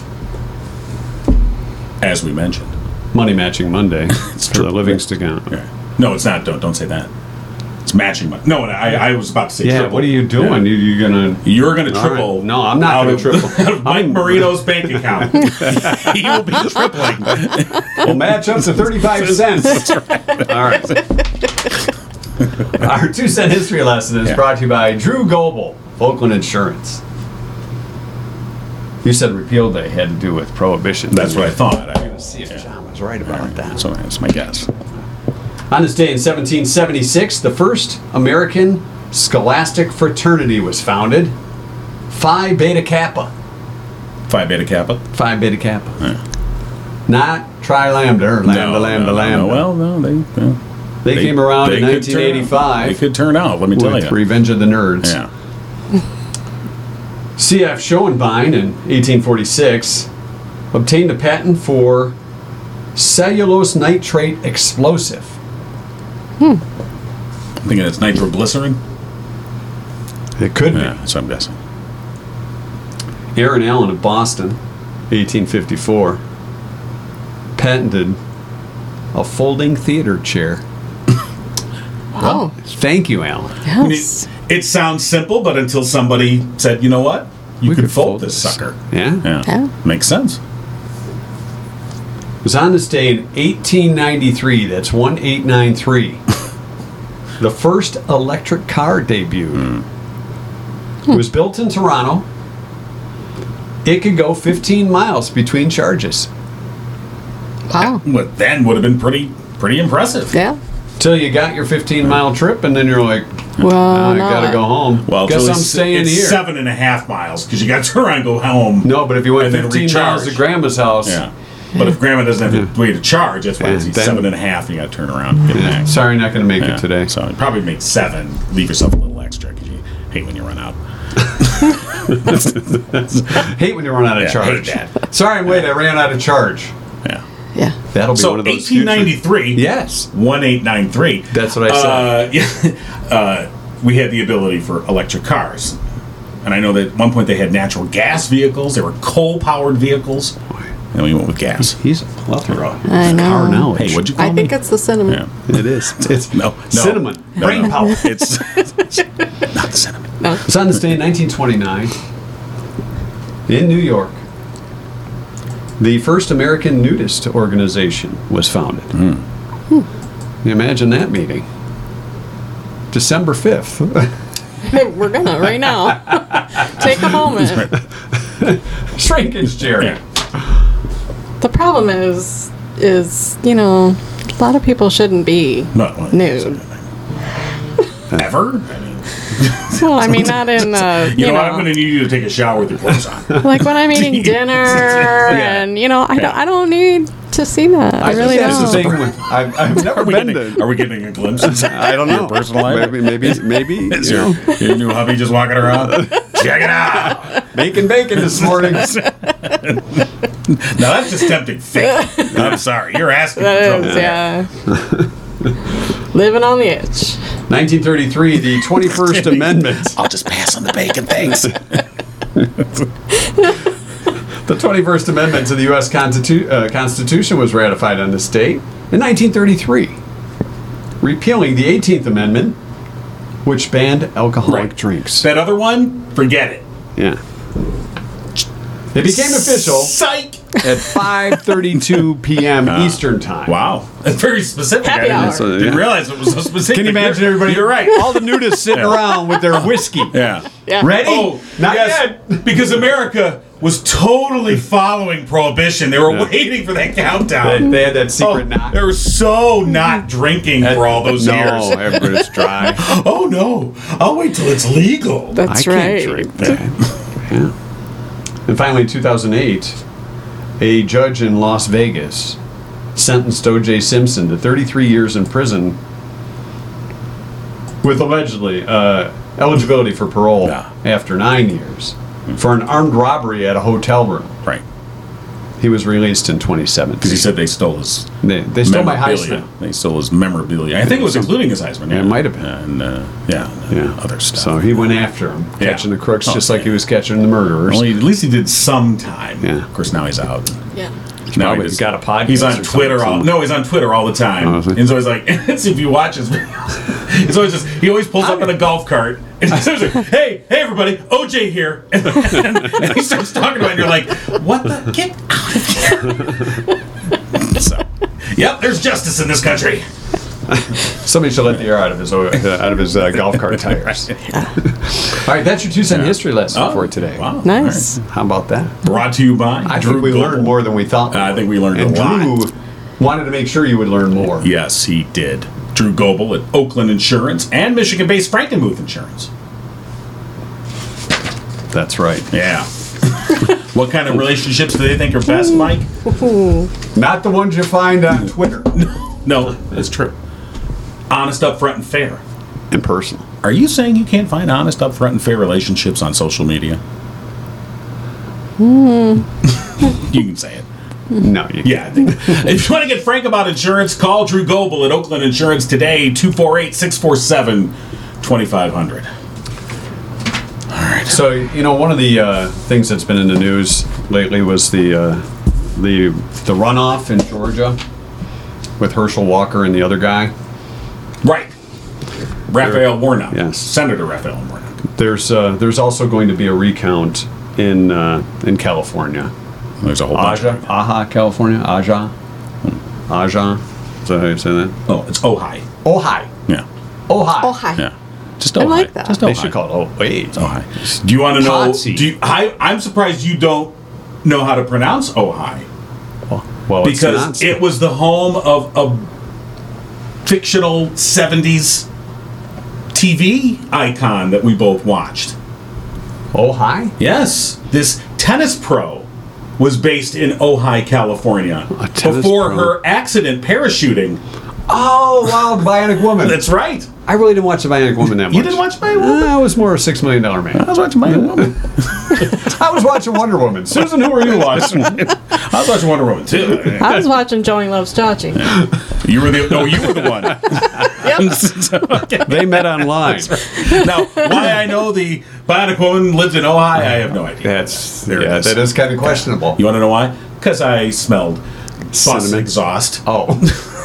[SPEAKER 2] As we mentioned.
[SPEAKER 1] Money Matching Monday for the Livingston County.
[SPEAKER 2] Yeah. No, it's not. Don't don't say that. It's matching money. No, I, I was about to say.
[SPEAKER 1] Yeah,
[SPEAKER 2] triple.
[SPEAKER 1] what are you doing? You, you gonna?
[SPEAKER 2] You're going to
[SPEAKER 1] right.
[SPEAKER 2] triple.
[SPEAKER 1] No, I'm not
[SPEAKER 2] out
[SPEAKER 1] gonna
[SPEAKER 2] of-
[SPEAKER 1] triple.
[SPEAKER 2] out of Mike
[SPEAKER 1] I'm-
[SPEAKER 2] Marino's bank account. he will be tripling.
[SPEAKER 1] We'll match up to 35 cents. All right. Our two cent history lesson is
[SPEAKER 2] Yeah.
[SPEAKER 1] brought to you by Drew Goble, Oakland Insurance. You said repeal day had to do with prohibition.
[SPEAKER 2] That's what I thought. I,
[SPEAKER 1] Let's see if John was right about that.
[SPEAKER 2] so that's my guess.
[SPEAKER 1] On this day in 1776, the first American scholastic fraternity was founded Phi Beta Kappa.
[SPEAKER 2] Phi Beta Kappa.
[SPEAKER 1] Phi Beta Kappa. Not Tri Lambda or Lambda
[SPEAKER 2] No,
[SPEAKER 1] Lambda
[SPEAKER 2] no, no,
[SPEAKER 1] Lambda.
[SPEAKER 2] no. Well, no, they. well,
[SPEAKER 1] they, came around
[SPEAKER 2] they
[SPEAKER 1] in
[SPEAKER 2] could turn out.
[SPEAKER 1] 1985.
[SPEAKER 2] They could turn out. Let me tell
[SPEAKER 1] with
[SPEAKER 2] you.
[SPEAKER 1] Revenge of the Nerds.
[SPEAKER 2] Yeah.
[SPEAKER 1] C.F. Schoenbein in 1846 obtained a patent for cellulose nitrate explosive.
[SPEAKER 2] I'm thinking it's nitroglycerin.
[SPEAKER 1] It could
[SPEAKER 2] Yeah, that's what I'm guessing.
[SPEAKER 1] be. Aaron Allen of Boston, 1854, patented a folding theater chair.
[SPEAKER 5] Wow.
[SPEAKER 1] Thank you, Alan.
[SPEAKER 2] I mean,
[SPEAKER 5] Yes.
[SPEAKER 2] it sounds simple, but until somebody said, you know what? You
[SPEAKER 1] We
[SPEAKER 2] could,
[SPEAKER 1] could
[SPEAKER 2] fold,
[SPEAKER 1] fold
[SPEAKER 2] this
[SPEAKER 1] this.
[SPEAKER 2] sucker.
[SPEAKER 1] Yeah.
[SPEAKER 2] Yeah.
[SPEAKER 5] Yeah.
[SPEAKER 2] Makes sense.
[SPEAKER 1] It was on this day in 1893. That's 1893. the first electric car debuted.
[SPEAKER 2] Hmm.
[SPEAKER 1] It was built in Toronto. It could go 15 miles between charges.
[SPEAKER 5] Wow.
[SPEAKER 2] What then would have been pretty pretty impressive.
[SPEAKER 5] Yeah.
[SPEAKER 1] Till you got your 15 mile trip, and then you're like,
[SPEAKER 5] Well,
[SPEAKER 1] Oh, I gotta
[SPEAKER 5] not-
[SPEAKER 1] go home.
[SPEAKER 2] Well,
[SPEAKER 1] guess
[SPEAKER 2] it's
[SPEAKER 1] I'm
[SPEAKER 2] really s-
[SPEAKER 1] staying
[SPEAKER 2] it's
[SPEAKER 1] here.
[SPEAKER 2] Seven and a half miles because you got to turn around and go home.
[SPEAKER 1] No, but if you went
[SPEAKER 2] And then
[SPEAKER 1] 15 miles to
[SPEAKER 2] recharge.
[SPEAKER 1] grandma's house,
[SPEAKER 2] Yeah. But if grandma doesn't have the way to charge, that's why it's
[SPEAKER 1] Yeah, then-
[SPEAKER 2] seven and a half and you got to turn around and get back.
[SPEAKER 1] sorry, not gonna make
[SPEAKER 2] Yeah.
[SPEAKER 1] it today.
[SPEAKER 2] So you probably make seven. Leave yourself a little extra because you hate when you run out.
[SPEAKER 1] Hate when you run out of
[SPEAKER 2] Yeah,
[SPEAKER 1] charge.
[SPEAKER 2] hate that.
[SPEAKER 1] Sorry, wait, I ran out of charge.
[SPEAKER 2] Yeah.
[SPEAKER 5] Yeah.
[SPEAKER 1] That'll be
[SPEAKER 2] So
[SPEAKER 1] one of those. future-
[SPEAKER 2] 1893.
[SPEAKER 1] Yes.
[SPEAKER 2] 1893.
[SPEAKER 1] That's what I
[SPEAKER 2] Uh, yeah, uh, we had the ability for electric cars. And I know that at one point they had natural gas vehicles, they were coal powered vehicles. And we went with gas.
[SPEAKER 1] He's a plethora.
[SPEAKER 5] I know.
[SPEAKER 1] Car
[SPEAKER 2] Hey,
[SPEAKER 1] knowledge.
[SPEAKER 2] what'd you call
[SPEAKER 5] I
[SPEAKER 2] me?
[SPEAKER 5] think that's the sentiment.
[SPEAKER 2] yeah.
[SPEAKER 1] it is. It's
[SPEAKER 2] No, no.
[SPEAKER 1] cinnamon.
[SPEAKER 2] No,
[SPEAKER 1] Brain
[SPEAKER 2] no.
[SPEAKER 1] power.
[SPEAKER 2] It's not the cinnamon.
[SPEAKER 1] It's on this day in 1929 in New York. The first American nudist organization was founded.
[SPEAKER 2] Hmm.
[SPEAKER 5] Hmm.
[SPEAKER 1] Can you imagine that meeting? December 5th.
[SPEAKER 5] We're gonna right now. Take a moment.
[SPEAKER 1] Shrinkage, Jerry.
[SPEAKER 2] Yeah.
[SPEAKER 5] The problem is, is you know, a lot of people shouldn't be.
[SPEAKER 2] No. well,
[SPEAKER 5] Nude.
[SPEAKER 2] Ever? I mean,
[SPEAKER 5] Well, I mean, not in uh, you,
[SPEAKER 2] you, know,
[SPEAKER 5] know,
[SPEAKER 2] what? I'm going to need you to take a shower with your clothes on.
[SPEAKER 5] like when I'm eating dinner,
[SPEAKER 2] Yeah.
[SPEAKER 5] and you know, I don't, I don't need to see that. I, really
[SPEAKER 1] think that's
[SPEAKER 5] don't.
[SPEAKER 1] the thing with- I've, I've never
[SPEAKER 2] Are we,
[SPEAKER 1] been
[SPEAKER 2] getting,
[SPEAKER 1] to.
[SPEAKER 2] are we getting a glimpse? Is
[SPEAKER 1] I don't know.
[SPEAKER 2] personal life?
[SPEAKER 1] Maybe, maybe, maybe. you
[SPEAKER 2] your,
[SPEAKER 1] know,
[SPEAKER 2] your new hubby just walking around? Check it out.
[SPEAKER 1] making bacon this morning.
[SPEAKER 2] Now that's just tempting fate. I'm sorry, you're asking for
[SPEAKER 5] That
[SPEAKER 2] trouble.
[SPEAKER 5] is, yeah. Living on the edge.
[SPEAKER 1] 1933, the 21st Amendment.
[SPEAKER 2] I'll just pass ass on the bacon. Thanks.
[SPEAKER 1] The 21st Amendment to the U.S. Constitu- uh, Constitution was ratified on this date in 1933, repealing the 18th Amendment, which banned alcoholic
[SPEAKER 2] Right.
[SPEAKER 1] drinks.
[SPEAKER 2] that other one, forget it.
[SPEAKER 1] Yeah. It became official
[SPEAKER 2] Psych.
[SPEAKER 1] at 5:32 p.m. Eastern Time.
[SPEAKER 2] Uh, Wow, that's very specific. I
[SPEAKER 5] Happy
[SPEAKER 2] didn't,
[SPEAKER 5] hour.
[SPEAKER 1] So,
[SPEAKER 2] didn't
[SPEAKER 1] yeah.
[SPEAKER 2] realize it was so specific.
[SPEAKER 1] Can you imagine everybody?
[SPEAKER 2] You're right.
[SPEAKER 1] All the nudists sitting
[SPEAKER 2] Yeah.
[SPEAKER 1] around with their whiskey.
[SPEAKER 2] Yeah.
[SPEAKER 5] Yeah.
[SPEAKER 1] Ready?
[SPEAKER 2] Oh,
[SPEAKER 1] Not
[SPEAKER 2] yes,
[SPEAKER 1] yet.
[SPEAKER 2] because America was totally following prohibition. They were
[SPEAKER 1] Yeah.
[SPEAKER 2] waiting for that
[SPEAKER 1] They,
[SPEAKER 2] countdown.
[SPEAKER 1] they had that
[SPEAKER 2] Oh,
[SPEAKER 1] secret knock.
[SPEAKER 2] they were so not drinking for all those
[SPEAKER 1] no,
[SPEAKER 2] years.
[SPEAKER 1] everybody's dry.
[SPEAKER 2] Oh no! I'll wait till it's legal.
[SPEAKER 5] That's
[SPEAKER 1] I
[SPEAKER 5] right.
[SPEAKER 1] can't drink that. yeah. And finally, in 2008, a judge in Las Vegas sentenced O.J. Simpson to 33 years in prison with allegedly uh, eligibility for parole
[SPEAKER 2] Yeah.
[SPEAKER 1] after nine years for an armed robbery at a hotel room.
[SPEAKER 2] Right,
[SPEAKER 1] He was released in 2017.
[SPEAKER 2] said they stole his
[SPEAKER 1] They, they stole my Heisman.
[SPEAKER 2] They stole his memorabilia. I think it was including his Heisman.
[SPEAKER 1] Yeah, it might have been.
[SPEAKER 2] And uh, yeah,
[SPEAKER 1] Yeah. So he went after him,
[SPEAKER 2] Yeah.
[SPEAKER 1] catching the crooks
[SPEAKER 2] Oh,
[SPEAKER 1] just like
[SPEAKER 2] yeah.
[SPEAKER 1] he was catching the murderers.
[SPEAKER 2] Only, at least he did some time.
[SPEAKER 1] Yeah.
[SPEAKER 2] Of course, now he's out.
[SPEAKER 5] Yeah.
[SPEAKER 2] Now
[SPEAKER 1] probably
[SPEAKER 2] just-
[SPEAKER 1] got a podcast
[SPEAKER 2] He's
[SPEAKER 1] or
[SPEAKER 2] on
[SPEAKER 1] something,
[SPEAKER 2] Twitter all.
[SPEAKER 1] something.
[SPEAKER 2] No, he's on Twitter all the time.
[SPEAKER 1] Oh, is he?
[SPEAKER 2] and so he's like, it's if you watch his videos. It's always just he always pulls up in a golf cart and he's always like, hey, hey everybody, OJ here, and, he starts talking about it. And you're like, what the get out of here. so, yep, there's justice in this country.
[SPEAKER 1] Somebody should let the air out of his out of his uh, golf cart tires. All right, that's your two cent history lesson for today.
[SPEAKER 2] Oh, Wow.
[SPEAKER 5] Nice.
[SPEAKER 2] All
[SPEAKER 1] How about that?
[SPEAKER 2] right. Brought to you by.
[SPEAKER 1] I think we learned more than we thought.
[SPEAKER 2] Uh, I think we learned a
[SPEAKER 1] and
[SPEAKER 2] lot.
[SPEAKER 1] Drew wanted to make sure you would learn more.
[SPEAKER 2] Yes, he did. Drew Goebel at Oakland Insurance and Michigan-based Frankenmuth Insurance.
[SPEAKER 1] that's right.
[SPEAKER 2] Yeah. what kind of relationships do they think are best, Mike?
[SPEAKER 1] Not the ones you find on Twitter.
[SPEAKER 2] No, that's true. Honest, upfront, and fair.
[SPEAKER 1] In person.
[SPEAKER 2] Are you saying you can't find honest, upfront, and fair relationships on social media? you can say it.
[SPEAKER 1] No, you
[SPEAKER 2] Yeah, I think. if you want to get frank about insurance, call Drew Goebel at Oakland Insurance today, 248 647 2500.
[SPEAKER 1] So you know, one of the uh, things that's been in the news lately was the uh, the the runoff in Georgia with Herschel Walker and the other guy.
[SPEAKER 2] Right. Raphael Warnock.
[SPEAKER 1] Yes.
[SPEAKER 2] Senator Raphael Warnock.
[SPEAKER 1] There's uh, there's also going to be a recount in uh, in California.
[SPEAKER 2] There's a whole
[SPEAKER 1] Aja, Aja, California, Aja, Aja. Is that how you say that?
[SPEAKER 2] Oh, it's Ojai.
[SPEAKER 1] Ojai,
[SPEAKER 2] Yeah.
[SPEAKER 1] Ojai.
[SPEAKER 5] Oh, hi.
[SPEAKER 2] Yeah. Just
[SPEAKER 5] I
[SPEAKER 2] Ojai.
[SPEAKER 5] like that.
[SPEAKER 2] Just
[SPEAKER 1] They
[SPEAKER 2] Ojai.
[SPEAKER 1] should call it. Oh, wait.
[SPEAKER 2] Ojai. Do you want to know?
[SPEAKER 1] Potsy.
[SPEAKER 2] Do you, I, I'm surprised you don't know how to pronounce Ojai
[SPEAKER 1] Well, it's
[SPEAKER 2] because
[SPEAKER 1] not.
[SPEAKER 2] it was the home of a fictional 70s TV icon that we both watched.
[SPEAKER 1] Ojai.
[SPEAKER 2] Yes, this tennis pro was based in Ojai, California,
[SPEAKER 1] A tennis
[SPEAKER 2] before
[SPEAKER 1] pro.
[SPEAKER 2] her accident parachuting.
[SPEAKER 1] Oh wow, the Bionic Woman.
[SPEAKER 2] That's right.
[SPEAKER 1] I really didn't watch the Bionic Woman that much.
[SPEAKER 2] You didn't watch my.
[SPEAKER 1] I was more a six million dollar man.
[SPEAKER 2] I was watching my woman.
[SPEAKER 1] I was watching Wonder Woman. Susan, who are you watching?
[SPEAKER 2] I was watching Wonder Woman too.
[SPEAKER 5] I was watching Joey Loves Chachi.
[SPEAKER 2] You were the no, you were the one.
[SPEAKER 1] they met online.
[SPEAKER 2] Now, why I know the Bionic Woman lived in Ojai, I have no idea.
[SPEAKER 1] That's
[SPEAKER 2] There it
[SPEAKER 1] yeah,
[SPEAKER 2] is.
[SPEAKER 1] that is kind of questionable.
[SPEAKER 2] You want to know why? Because I smelled bus
[SPEAKER 1] Cinnamon.
[SPEAKER 2] exhaust.
[SPEAKER 1] Oh,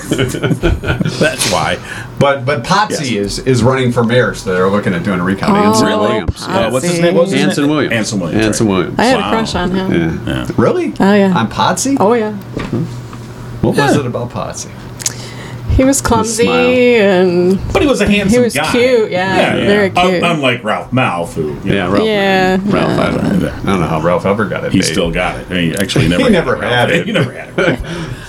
[SPEAKER 2] That's why.
[SPEAKER 1] but but Potsy is is running for mayor, so they're looking at doing a recount. Anson
[SPEAKER 5] Really?
[SPEAKER 1] Williams.
[SPEAKER 5] Potsy.
[SPEAKER 2] Uh, what's his name? What was his
[SPEAKER 1] Anson
[SPEAKER 2] name?
[SPEAKER 1] Williams.
[SPEAKER 2] Anson Williams.
[SPEAKER 1] Anson
[SPEAKER 2] right.
[SPEAKER 1] Williams.
[SPEAKER 5] I had
[SPEAKER 2] Wow.
[SPEAKER 5] a crush on him.
[SPEAKER 1] Yeah. Really?
[SPEAKER 5] Oh, yeah.
[SPEAKER 1] On Potsy?
[SPEAKER 5] Oh, yeah.
[SPEAKER 1] What was it about Potsy?
[SPEAKER 5] He was clumsy
[SPEAKER 1] smile.
[SPEAKER 5] and
[SPEAKER 2] But he was a handsome
[SPEAKER 5] He was
[SPEAKER 2] guy. Oh,
[SPEAKER 5] cute, yeah, very
[SPEAKER 2] Un-
[SPEAKER 5] cute.
[SPEAKER 2] unlike Ralph Mouth, who you
[SPEAKER 1] Yeah,
[SPEAKER 2] know,
[SPEAKER 1] Ralph.
[SPEAKER 5] yeah.
[SPEAKER 1] Ralph. I, don't, I don't know how Ralph ever got it.
[SPEAKER 2] he
[SPEAKER 1] made.
[SPEAKER 2] still got it. He actually never.
[SPEAKER 1] He never had it.
[SPEAKER 2] He never had it.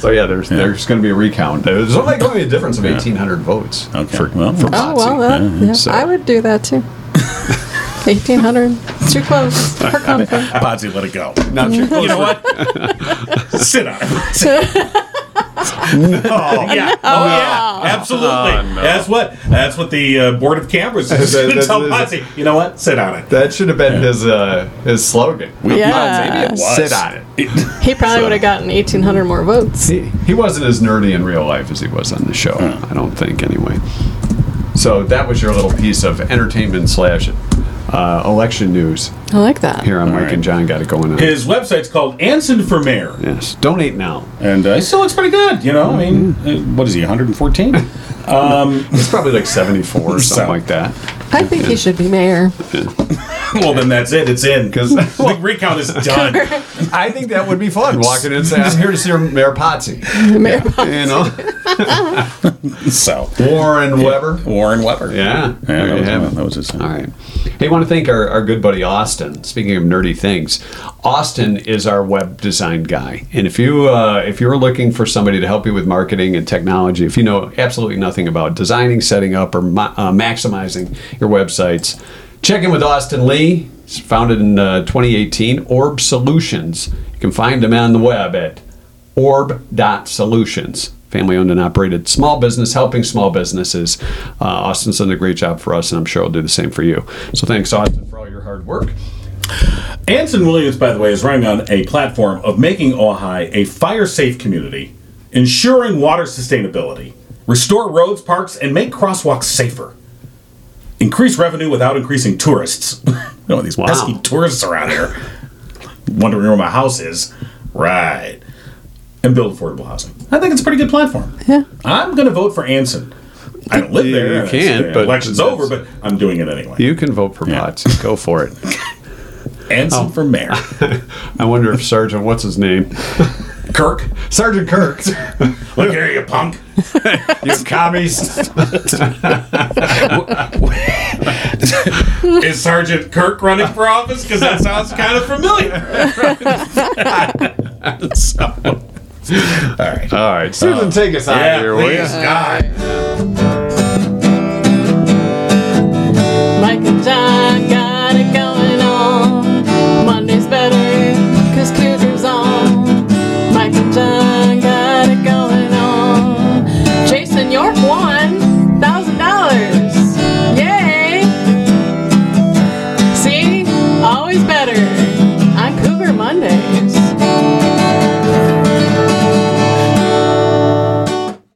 [SPEAKER 1] So yeah, there's there's going to be a recount. There's only going to be a difference of 1,800 votes.
[SPEAKER 2] Okay.
[SPEAKER 1] For,
[SPEAKER 2] Well,
[SPEAKER 1] for
[SPEAKER 2] oh,
[SPEAKER 5] Oh
[SPEAKER 1] Potsy.
[SPEAKER 5] well, that, yeah,
[SPEAKER 1] so-
[SPEAKER 5] I would do that too. Eighteen hundred, too close. Her comfort.
[SPEAKER 2] Potsy let it go.
[SPEAKER 1] Not too
[SPEAKER 2] You
[SPEAKER 1] close.
[SPEAKER 2] know what? Sit on it.
[SPEAKER 1] Oh,
[SPEAKER 2] Yeah. Oh, yeah. Absolutely. That's what. That's what the uh, board of cameras is
[SPEAKER 1] That-
[SPEAKER 2] going to
[SPEAKER 1] that's-
[SPEAKER 2] tell
[SPEAKER 1] that's-
[SPEAKER 2] Potsy. You know what? Sit on it.
[SPEAKER 1] That should have been his uh, his slogan.
[SPEAKER 5] Yeah,
[SPEAKER 1] Sit on it.
[SPEAKER 5] he probably would have gotten eighteen hundred more votes.
[SPEAKER 1] he, he wasn't as nerdy in real life as he was on the show. I don't think, anyway. So that was your little piece of entertainment slash uh, election news
[SPEAKER 5] I like that.
[SPEAKER 1] here on
[SPEAKER 2] All
[SPEAKER 1] Mike
[SPEAKER 2] right.
[SPEAKER 1] and John. Got it going on.
[SPEAKER 2] His website's called Anson for Mayor.
[SPEAKER 1] yes, donate now.
[SPEAKER 2] And uh, he still looks pretty good, you know? I mean,
[SPEAKER 1] Mm-hmm.
[SPEAKER 2] uh, what is he, 114?
[SPEAKER 1] It's probably like seventy four or something
[SPEAKER 2] So-
[SPEAKER 1] like that.
[SPEAKER 5] I think he should be mayor.
[SPEAKER 2] well, then that's it. It's in.
[SPEAKER 1] 'Cause-
[SPEAKER 2] the recount is done.
[SPEAKER 1] I think that would be fun. Walking in and saying, "I'm here to see Mayor Potsy,"
[SPEAKER 5] Mayor Pop-
[SPEAKER 1] you know,
[SPEAKER 2] so,
[SPEAKER 1] Warren Weber.
[SPEAKER 2] Warren Weber.
[SPEAKER 1] Yeah,
[SPEAKER 2] Yeah,
[SPEAKER 1] there
[SPEAKER 2] that
[SPEAKER 1] you
[SPEAKER 2] was,
[SPEAKER 1] have it.
[SPEAKER 2] that was his.
[SPEAKER 1] All right. Hey, want to thank our, our good buddy Austin. Speaking of nerdy things, Austin is our web design guy. And if you uh, if you're looking for somebody to help you with marketing and technology, if you know absolutely nothing about designing, setting up, or ma- uh, maximizing your websites, check in with Austin Lee. He's founded in uh, 2018, Orb Solutions. You can find him on the web at orb.solutions. Family owned and operated small business, helping small businesses. Uh, Austin's done a great job for us, and I'm sure he'll do the same for you. So thanks, Austin, for all your hard work.
[SPEAKER 2] Anson Williams, by the way, is running on a platform of making Ojai a fire safe community, ensuring water sustainability, restore roads, parks, and make crosswalks safer. Increase revenue without increasing tourists. no, these pesky tourists around here wondering where my house is. Right. And build affordable housing. I think it's a pretty good platform.
[SPEAKER 5] Yeah.
[SPEAKER 2] I'm going to vote for Anson. I don't live there.
[SPEAKER 1] You
[SPEAKER 2] and it's-
[SPEAKER 1] can't,
[SPEAKER 2] the
[SPEAKER 1] but
[SPEAKER 2] election's
[SPEAKER 1] that's-
[SPEAKER 2] over, but I'm doing it anyway.
[SPEAKER 1] You can vote for Potts. Go for it.
[SPEAKER 2] Anson
[SPEAKER 1] Oh.
[SPEAKER 2] for mayor.
[SPEAKER 1] I wonder if Sergeant, what's his name?
[SPEAKER 2] Kirk,
[SPEAKER 1] Sergeant Kirk.
[SPEAKER 2] look here, you punk.
[SPEAKER 1] you commies.
[SPEAKER 2] Is Sergeant Kirk running for office? Because that sounds kind of familiar. so, all right.
[SPEAKER 1] All right, Susan, take us out of here, will you?
[SPEAKER 2] please, God.